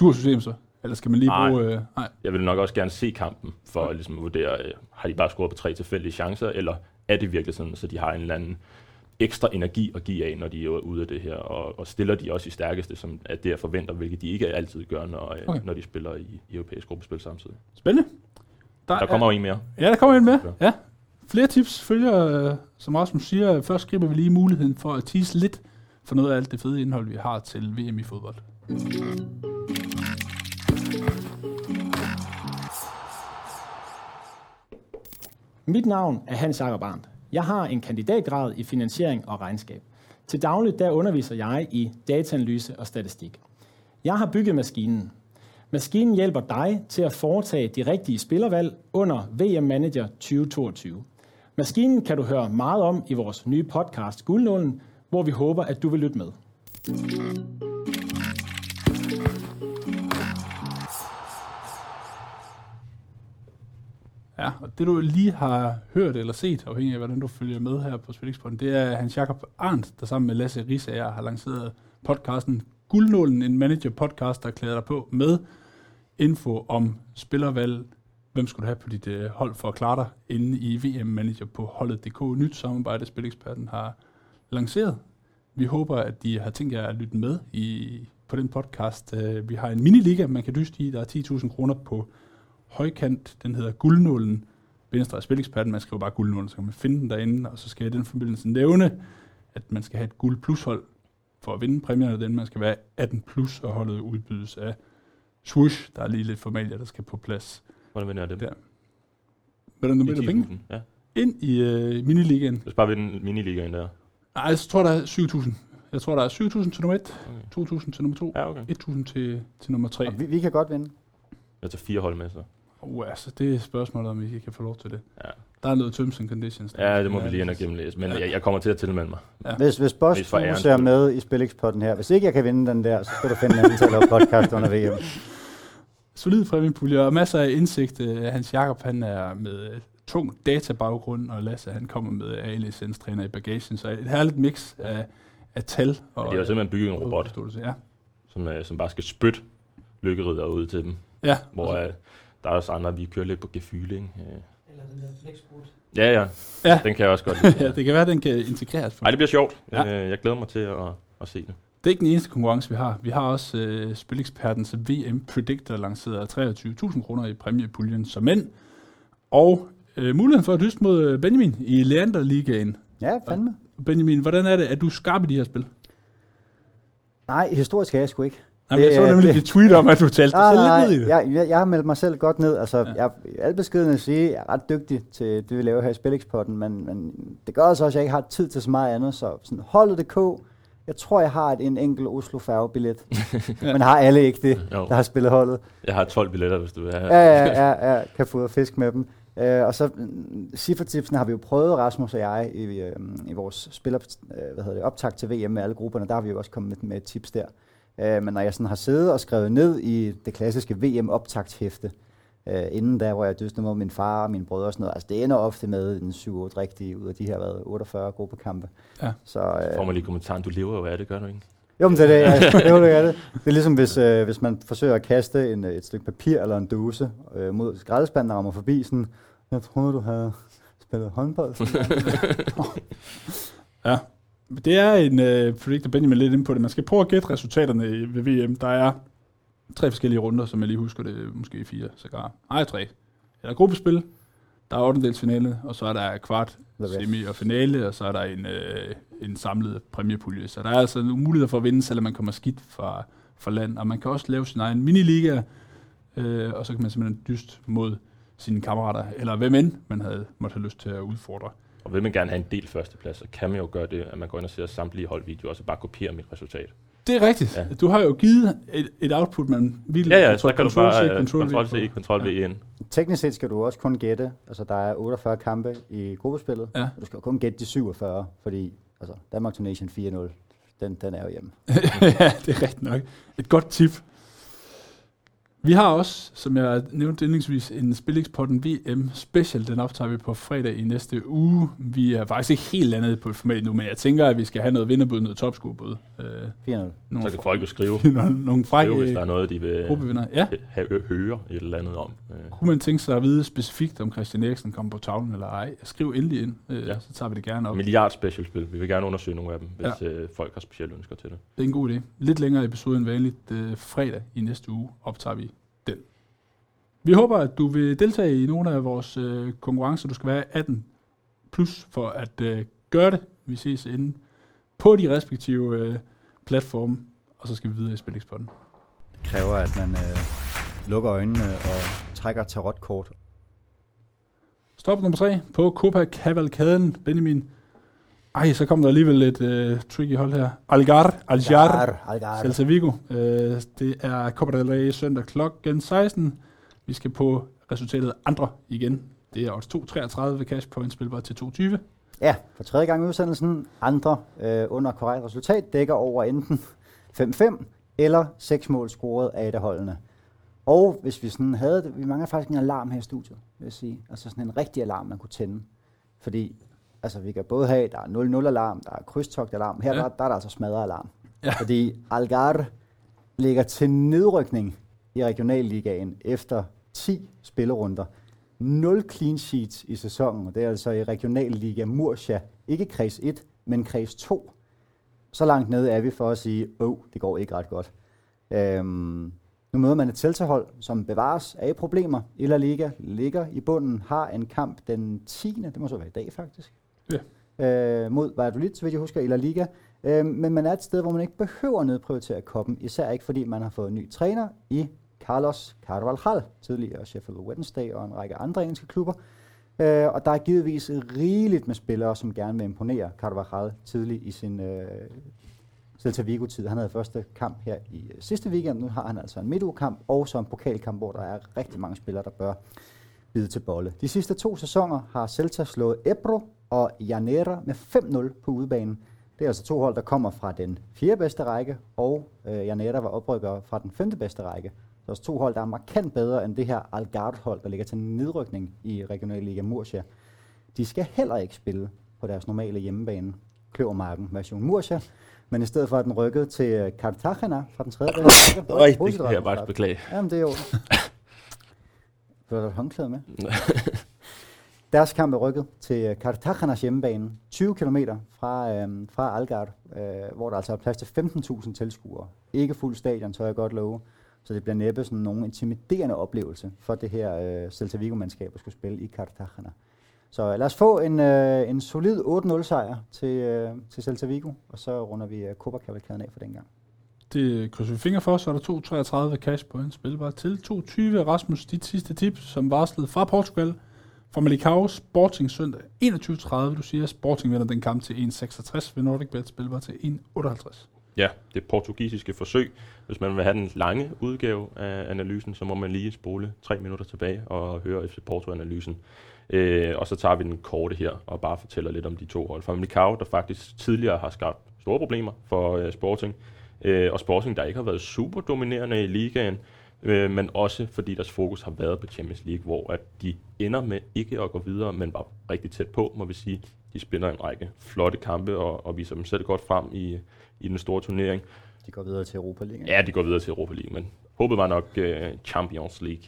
[SPEAKER 1] Du har system så, eller skal man lige
[SPEAKER 3] Nej.
[SPEAKER 1] bruge... Øh, nej.
[SPEAKER 3] Jeg vil nok også gerne se kampen, for at ligesom vurdere, øh, har de bare scoret på tre tilfældige chancer, eller er det virkelig sådan, så de har en eller anden ekstra energi at give af, når de er ude af det her, og, og stiller de også i stærkeste, som er det, jeg forventer, hvilket de ikke altid gør, når, øh,
[SPEAKER 1] Okay.
[SPEAKER 3] når de spiller i, i europæisk gruppespil samtidig.
[SPEAKER 1] Spændende.
[SPEAKER 3] Der kommer jo en mere.
[SPEAKER 1] Ja, der kommer en med.
[SPEAKER 3] Ja.
[SPEAKER 1] Ja. Flere tips følger, øh, som Rasmus siger. Først griber vi lige muligheden for at tease lidt for noget af alt det fede indhold, vi har til VM i fodbold.
[SPEAKER 6] Mit navn er Hans Jakob Arndt. Jeg har en kandidatgrad i finansiering og regnskab. Til dagligt der underviser jeg i dataanalyse og statistik. Jeg har bygget maskinen. Maskinen hjælper dig til at foretage de rigtige spillervalg under VM Manager 2022. Maskinen kan du høre meget om i vores nye podcast Guldnålen, hvor vi håber, at du vil lytte med.
[SPEAKER 1] Ja, og det du lige har hørt eller set, afhængig af hvordan du følger med her på Spilixpoint, det er Hans Jakob Arndt, der sammen med Lasse Risager har lanceret podcasten Guldnålen, en manager-podcast, der klæder dig på med info om spillervalg, hvem skulle du have på dit øh, hold for at klare dig inde i VM Manager på holdet.dk. Nyt samarbejde, Spileksperten har lanceret. Vi håber, at de har tænkt jer at lytte med i, på den podcast. Øh, vi har en miniliga, man kan dyste i. Der er 10.000 kroner på højkant. Den hedder Guldnålen. Venstre Spileksperten, man skriver bare Guldnålen, så kan man finde den derinde. Og så skal jeg i den forbindelse nævne, at man skal have et guld plus hold for at vinde præmierne. Den man skal være 18 plus, og holdet udbydes af Swoosh. Der er lige lidt formalier, der skal på plads.
[SPEAKER 3] Hvordan vinder jeg det?
[SPEAKER 1] Ja, Hvordan du
[SPEAKER 3] I
[SPEAKER 1] melder penge
[SPEAKER 3] 10.000, Ja.
[SPEAKER 1] ind i øh, miniligaen.
[SPEAKER 3] Hvis bare ved den miniligaen der.
[SPEAKER 1] Nej, jeg tror, der er 7.000. Jeg tror, der er 7.000 til nummer 1,
[SPEAKER 3] Okay. Ah,
[SPEAKER 1] 2.000 til nummer 2,
[SPEAKER 3] Ja, okay.
[SPEAKER 1] 1.000 til, til nummer 3.
[SPEAKER 2] Og vi, vi kan godt vinde.
[SPEAKER 3] Jeg tager fire hold med, så.
[SPEAKER 1] Uh, altså, det er spørgsmålet, om vi kan få lov til det.
[SPEAKER 3] Ja.
[SPEAKER 1] Der er noget terms and conditions. der
[SPEAKER 3] Ja,
[SPEAKER 1] skal
[SPEAKER 3] det må vi
[SPEAKER 1] være.
[SPEAKER 3] lige ind og gennemlæse. Men
[SPEAKER 1] Ja.
[SPEAKER 3] jeg, jeg kommer til at tilmelde mig.
[SPEAKER 2] Hvis, hvis Boss
[SPEAKER 3] Mest for
[SPEAKER 2] du
[SPEAKER 3] ærens
[SPEAKER 2] ser
[SPEAKER 3] skyld.
[SPEAKER 2] med i Spillexpotten her, hvis ikke jeg kan vinde den der, så skal du finde en anden til at lave podcast under VM.
[SPEAKER 1] solid præmiepulje og masser af indsigt. Øh, Hans Jakob han er med øh, tung databaggrund, og Lasse han kommer med A-licenstræner i bagagen, så et herligt mix af, af tal. Og,
[SPEAKER 3] De har simpelthen bygget en robot,
[SPEAKER 1] Forståelse, Ja,
[SPEAKER 3] som, øh, som bare skal spytte lykkeridder ud til dem.
[SPEAKER 1] ja
[SPEAKER 3] Hvor øh, der er også andre, vi kører lidt på gefyl, ikke? Øh.
[SPEAKER 7] Eller den der flexbrud.
[SPEAKER 3] Ja, ja.
[SPEAKER 1] Ja.
[SPEAKER 3] Den kan jeg også godt lide.
[SPEAKER 1] ja, det kan være, at den kan integreres.
[SPEAKER 3] Ej, det bliver sjovt.
[SPEAKER 1] Ja.
[SPEAKER 3] Ja. Jeg glæder mig til at, at se det.
[SPEAKER 1] Det er ikke den eneste konkurrence, vi har. Vi har også øh, Spilekspertens VM Predictor, lanceret af 23.000 kroner i præmiepuljen som mænd. Og øh, muligheden for at dyste mod øh, Benjamin i Leander Ligaen.
[SPEAKER 2] Ja, fandme.
[SPEAKER 1] Benjamin, hvordan er det? Er du skarp i de her spil?
[SPEAKER 2] Nej, historisk er jeg sgu ikke.
[SPEAKER 1] Jamen, jeg
[SPEAKER 2] Det
[SPEAKER 1] så
[SPEAKER 2] er-
[SPEAKER 1] nemlig
[SPEAKER 2] det-
[SPEAKER 1] dit tweet om, at du talte dig
[SPEAKER 2] Nej,
[SPEAKER 1] selv lidt
[SPEAKER 2] nej,
[SPEAKER 1] ned i det.
[SPEAKER 2] jeg, jeg, jeg har meldt mig selv godt ned. Altså,
[SPEAKER 1] Ja.
[SPEAKER 2] ja. jeg, i al beskeden at sige, jeg er ret dygtig til det, vi laver her i Spillexpotten, men, men det gør altså også, at jeg ikke har tid til så meget andet. Så sådan, holdet det k. Jeg tror, jeg har et, en enkelt Oslo færgebillet. Men har alle ikke det,
[SPEAKER 3] Jo.
[SPEAKER 2] der har spillet holdet?
[SPEAKER 3] Jeg har 12 billetter, hvis du vil have.
[SPEAKER 2] Mm. Ja, ja, ja, ja kan få ud og fisk med dem. Øh, og så mm, ciffertipsen har vi jo prøvet, Rasmus og jeg, i, øh, i vores spilop, øh, hvad hedder det, optag til VM med alle grupperne. Der har vi jo også kommet med, med tips der. Øh, men når jeg sådan har siddet og skrevet ned i det klassiske VM-optagshæfte, øh, inden da, hvor jeg dystede med min far og mine brødre og sådan noget, altså det ender ofte med en 7-8 rigtige ud af de her hvad, 48 gruppekampe.
[SPEAKER 1] Ja.
[SPEAKER 2] Så,
[SPEAKER 3] Så
[SPEAKER 2] øh,
[SPEAKER 3] Får man lige kommentaren, du lever jo af det, gør du ikke?
[SPEAKER 2] jo, men det er det, ja. jo, det, er det. det er ligesom, hvis, øh, hvis man forsøger at kaste en, øh, et stykke papir eller en dose øh, mod skraldespanden, der rammer forbi sådan, jeg troede, du havde spillet håndbold.
[SPEAKER 1] Ja. Det er en øh, predictor, Benjamin er lidt inde på det. Man skal prøve at gætte resultaterne i- ved VM. Der er tre forskellige runder, som jeg lige husker det. Måske fire sågar. Nej, tre. eller gruppespil. Der er 8. finale, og så er der kvart,
[SPEAKER 2] The rest.
[SPEAKER 1] semi og finale, og så er der en, øh, en samlet præmiepulje. Så der er altså nogle muligheder for at vinde, selvom man kommer skidt fra, fra land. Og man kan også lave sin egen miniliga, øh, og så kan man simpelthen dyst mod sine kammerater, eller hvem end man havde måtte have lyst til at udfordre.
[SPEAKER 3] Og vil man gerne have en del førsteplads, så kan man jo gøre det, at man går ind og ser samtlige holdvideoer, og så bare kopierer mit resultat.
[SPEAKER 1] Det er rigtigt. Ja.
[SPEAKER 3] Ja.
[SPEAKER 1] Du har jo givet et, et output, man virkelig
[SPEAKER 3] Ja, ja,
[SPEAKER 1] trykke
[SPEAKER 3] så kan du
[SPEAKER 1] Ctrl-C,
[SPEAKER 3] bare øh,
[SPEAKER 1] Ctrl-V
[SPEAKER 3] Ctrl-C,
[SPEAKER 1] på.
[SPEAKER 3] Ctrl-V ind.
[SPEAKER 2] Teknisk set skal du også kun gætte, altså der er 48 kampe i gruppespillet,
[SPEAKER 1] Ja.
[SPEAKER 2] og du skal jo kun gætte de 47, fordi altså, Danmark to Nation 4-0, den, den er jo hjemme.
[SPEAKER 1] ja, det er rigtigt nok. Et godt tip. Vi har også, som jeg nævnte indlændingsvis, en Spillingspodden VM Special. Den optager vi på fredag i næste uge. Vi er faktisk ikke helt landet på et format nu, men jeg tænker, at vi skal have noget vinderbud, noget topskuerbud. Øh,
[SPEAKER 2] 4-0.
[SPEAKER 1] nogle, øh,
[SPEAKER 3] Så kan folk jo skrive,
[SPEAKER 1] nogle, nogle
[SPEAKER 3] skrive hvis
[SPEAKER 1] frække
[SPEAKER 3] der er noget, de vil
[SPEAKER 1] gruppevinder. Ja.
[SPEAKER 3] øh, have, høre et eller andet om. Øh,
[SPEAKER 1] Kunne man tænke sig at vide specifikt, om Christian Eriksen kommer på tavlen eller ej? Skriv endelig ind, øh, ja.
[SPEAKER 3] Ja.
[SPEAKER 1] så tager vi det gerne op.
[SPEAKER 3] Milliard specialspil. Vi vil gerne undersøge nogle af dem, hvis øh, folk har specielle ønsker til det.
[SPEAKER 1] Det er en god idé. Lidt længere episode end vanligt. Øh, fredag i næste uge optager vi den. Vi håber, at du vil deltage i nogle af vores øh, konkurrencer. Du skal være 18 plus for at øh, gøre det. Vi ses inde på de respektive øh, platforme, og så skal vi videre i Spillingspodden.
[SPEAKER 2] Det kræver, at man øh, lukker øjnene og trækker tarotkort.
[SPEAKER 1] Stop nummer 3 på Copa Cavalcaden. Benjamin. Ej, så kom der alligevel lidt øh, tricky hold her. Algar, Algar,
[SPEAKER 2] Algar.
[SPEAKER 1] Celta Vigo. Øh, det er Copa del Rey søndag kl. 16. Vi skal på resultatet andre igen. Det er odds 2.33 cash point spilbar til 2.20.
[SPEAKER 2] Ja, for tredje gang i udsendelsen. Andre øh, under korrekt resultat dækker over enten 5-5 eller 6 mål scoret af et af holdene. Og hvis vi sådan havde det, vi mangler faktisk en alarm her i studiet, vil jeg sige. Altså sådan en rigtig alarm, man kunne tænde. Fordi altså, vi kan både have, der er 0-0-alarm, der er krydstogt-alarm. Her
[SPEAKER 1] Ja.
[SPEAKER 2] ja. der, der er der altså smadret-alarm.
[SPEAKER 1] Ja.
[SPEAKER 2] Ja. Fordi Algar ligger til nedrykning i Regionalligaen efter 10 spillerunder. 0 clean sheets i sæsonen, og det er altså i Regionalliga Murcia. Ikke kreds 1, men kreds 2. Så langt nede er vi for at sige, åh, det går ikke ret godt. Øhm, nu møder man et Celta-hold, som bevares af problemer. I La Liga ligger i bunden, har en kamp den 10. Det må så være i dag, faktisk. Øh, mod Valladolid, så vidt jeg husker, i La Liga. Øh, men man er et sted, hvor man ikke behøver at nedprioritere koppen, især ikke fordi man har fået en ny træner i Carlos Carvalhal, tidligere Sheffield Wednesday og en række andre engelske klubber. Øh, og der er givetvis rigeligt med spillere, som gerne vil imponere Carvajal tidligt i sin øh, Celta Vigo-tid. Han havde første kamp her i øh, sidste weekend. Nu har han altså en midtugekamp og så en pokalkamp, hvor der er rigtig mange spillere, der bør bide til bolle. De sidste to sæsoner har Celta slået Ebro og Janera med 5-0 på udebanen. Det er altså to hold, der kommer fra den fjerde bedste række, og øh, Janera var oprykker fra den femte bedste række. Så også to hold, der er markant bedre end det her Algarve-hold, der ligger til nedrykning i Regionalliga Murcia. De skal heller ikke spille på deres normale hjemmebane, Kløvermarken version Murcia, men i stedet for at den rykkede til øh, Cartagena fra den tredje bedste række.
[SPEAKER 3] Øj, det kan jeg bare beklage.
[SPEAKER 2] Jamen, det er jo... Vil du have et håndklæde med? Deres kamp er rykket til Cartagenas hjemmebane, 20 km fra, øh, fra Algarve, øh, hvor der altså er plads til 15.000 tilskuere. Ikke fuld stadion, tør jeg godt love. Så det bliver næppe sådan nogen intimiderende oplevelse for det her øh, Celta Vigo-mandskab at skulle spille i Cartagena. Så øh, lad os få en, øh, en solid 8-0-sejr til, øh, til Celta Vigo, og så runder vi øh, Copa-kavalkaden af for den gang.
[SPEAKER 1] Det krydser vi fingre for, så er der 2.33 cash point spilbar til 2.20. Rasmus, dit sidste tip, som varslede fra Portugal, fra Malikau, Sporting søndag 21.30. Du siger, at Sporting vinder den kamp til 1.66 ved Nordic Bet spilbar til 1.58.
[SPEAKER 3] Ja, det portugisiske forsøg. Hvis man vil have den lange udgave af analysen, så må man lige spole tre minutter tilbage og høre FC Porto-analysen. Øh, og så tager vi den korte her og bare fortæller lidt om de to hold. Fra Militao, der faktisk tidligere har skabt store problemer for øh, Sporting, øh, og Sporting, der ikke har været super dominerende i ligaen, øh, men også fordi deres fokus har været på Champions League, hvor at de ender med ikke at gå videre, men var rigtig tæt på, må vi sige. De spiller en række flotte kampe og, og viser dem selv godt frem i, i den store turnering.
[SPEAKER 2] De går videre til Europa League.
[SPEAKER 3] Ja, de går videre til Europa League, men håbet var nok øh, Champions League.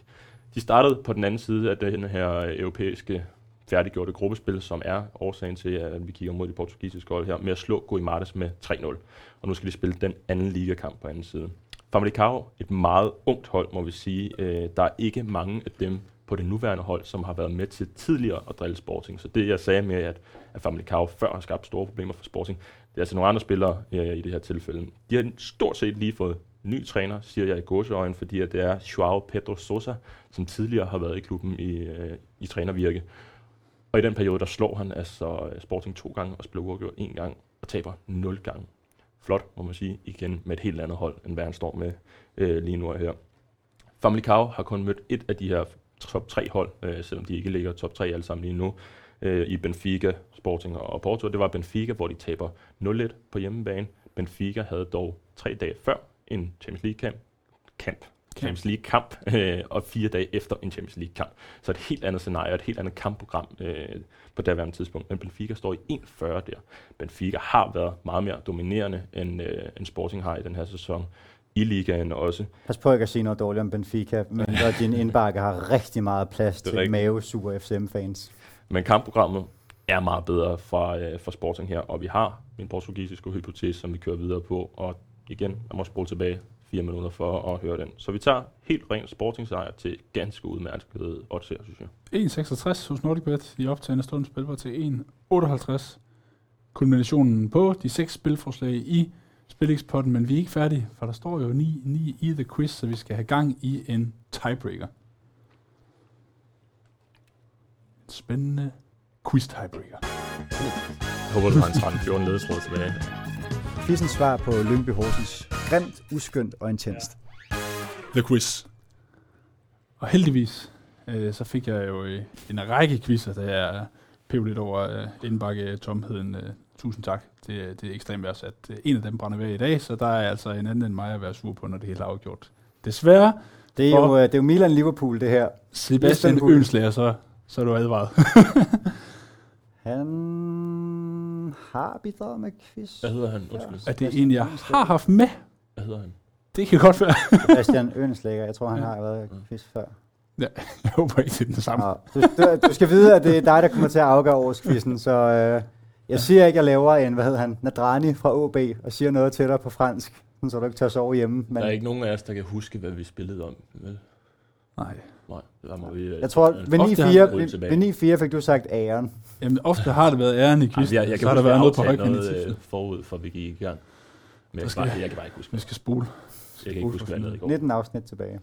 [SPEAKER 3] De startede på den anden side af den her europæiske færdiggjorte gruppespil, som er årsagen til, at vi kigger mod de portugisiske hold her, med at slå Guimarães med 3-0. Og nu skal de spille den anden ligakamp på anden side. Famalicão, et meget ungt hold, må vi sige. Øh, der er ikke mange af dem, på det nuværende hold, som har været med til tidligere at drille Sporting. Så det, jeg sagde med, at, at Famalicão før har skabt store problemer for Sporting, det er altså nogle andre spillere øh, i det her tilfælde. De har stort set lige fået ny træner, siger jeg i gåseøjne, fordi at det er Joao Pedro Sosa, som tidligere har været i klubben i, øh, i trænervirke. Og i den periode, der slår han altså Sporting to gange og spiller uafgjort en gang og taber nul gange. Flot, må man sige, igen med et helt andet hold, end hvad han står med øh, lige nu og her. Famalicão har kun mødt et af de her top tre hold, øh, selvom de ikke ligger top tre alle sammen lige nu, øh, i Benfica, Sporting og Porto. Det var Benfica, hvor de taber 0-1 på hjemmebane. Benfica havde dog tre dage før en Champions League-kamp, kamp, Champions League-kamp, øh, og fire dage efter en Champions League-kamp. Så et helt andet scenarie, et helt andet kampprogram øh, på daværende tidspunkt. Men Benfica står i 1.40 der. Benfica har været meget mere dominerende, end, øh, end Sporting har i den her sæson i ligaen også.
[SPEAKER 2] Pas på ikke at sige noget dårligt om Benfica, men der din indbakke har rigtig meget plads til
[SPEAKER 3] rigtigt.
[SPEAKER 2] mavesure FCM-fans.
[SPEAKER 3] Men kampprogrammet er meget bedre fra, øh, fra Sporting her, og vi har en portugisisk hypotese, som vi kører videre på, og igen, jeg må spole tilbage fire minutter for at høre den. Så vi tager helt ren Sporting-sejr til ganske udmærket odds her, synes jeg.
[SPEAKER 1] 1,66 hos NordicBet. De optagende stund spilbar til 1,58. Kombinationen på de seks spilforslag i spillingspotten, men vi er ikke færdige, for der står jo 9-9 i The Quiz, så vi skal have gang i en tiebreaker. En spændende quiz tiebreaker.
[SPEAKER 7] Jeg håber, du har en 13-14 ledetråd tilbage.
[SPEAKER 2] Quizens svar på Lyngby Horsens. Grimt, uskyndt og intenst.
[SPEAKER 4] The Quiz.
[SPEAKER 1] Og heldigvis, øh, så fik jeg jo øh, en række quizzer, der jeg pev lidt over øh, indbakke tomheden. Øh, tusind tak. Det, det er ekstremt værdsat. Øh, En af dem brænder væk i dag, så der er altså en anden end mig at være sur på, når det hele er afgjort. Desværre,
[SPEAKER 2] Det er
[SPEAKER 1] Hvor-
[SPEAKER 2] jo, øh, det er jo Milan-Liverpool, det her.
[SPEAKER 1] Sebastian
[SPEAKER 2] Istanbul.
[SPEAKER 1] Ønslager, så, så er du advaret.
[SPEAKER 2] Han har bidraget med quiz.
[SPEAKER 3] Hvad hedder han? Undskyld.
[SPEAKER 1] er det en, jeg har haft med?
[SPEAKER 3] Hvad hedder han?
[SPEAKER 1] Det kan godt være.
[SPEAKER 2] Christian Ønslægger, jeg tror, han
[SPEAKER 1] Ja.
[SPEAKER 2] har været
[SPEAKER 3] Mm.
[SPEAKER 2] quiz før.
[SPEAKER 1] Jeg håber ikke, det er den samme.
[SPEAKER 2] Nå, du, du, du skal vide, at det er dig, der kommer til at afgøre årskvisten, så øh, jeg siger ikke, at jeg laver en, hvad hedder han, Nadrani fra OB, og siger noget til dig på fransk, sådan så du ikke tør sove hjemme.
[SPEAKER 3] Men...
[SPEAKER 2] Men
[SPEAKER 3] Der er ikke nogen af os, der kan huske, hvad vi spillede om, vel?
[SPEAKER 1] Nej.
[SPEAKER 3] Nej, der må vi... øh,
[SPEAKER 2] jeg tror, ved
[SPEAKER 1] Ofte har
[SPEAKER 2] 9-4
[SPEAKER 1] han
[SPEAKER 3] rullet
[SPEAKER 2] ved-
[SPEAKER 3] tilbage.
[SPEAKER 2] ved 9-4 fik du sagt æren.
[SPEAKER 1] Jamen, ofte har det været æren i
[SPEAKER 3] Ej,
[SPEAKER 1] quizzen,
[SPEAKER 3] jeg, jeg
[SPEAKER 1] så
[SPEAKER 3] kan
[SPEAKER 1] har der
[SPEAKER 3] huske,
[SPEAKER 1] været noget på
[SPEAKER 3] at jeg
[SPEAKER 1] højkant i
[SPEAKER 3] noget
[SPEAKER 1] tipset.
[SPEAKER 3] øh, forud, for vi gik i gang. Men
[SPEAKER 1] Der skal-
[SPEAKER 3] jeg, skal... bare, jeg kan bare ikke huske,
[SPEAKER 1] Vi skal spole.
[SPEAKER 3] jeg kan ikke huske, hvad jeg lavede i går.
[SPEAKER 2] 19 afsnit tilbage.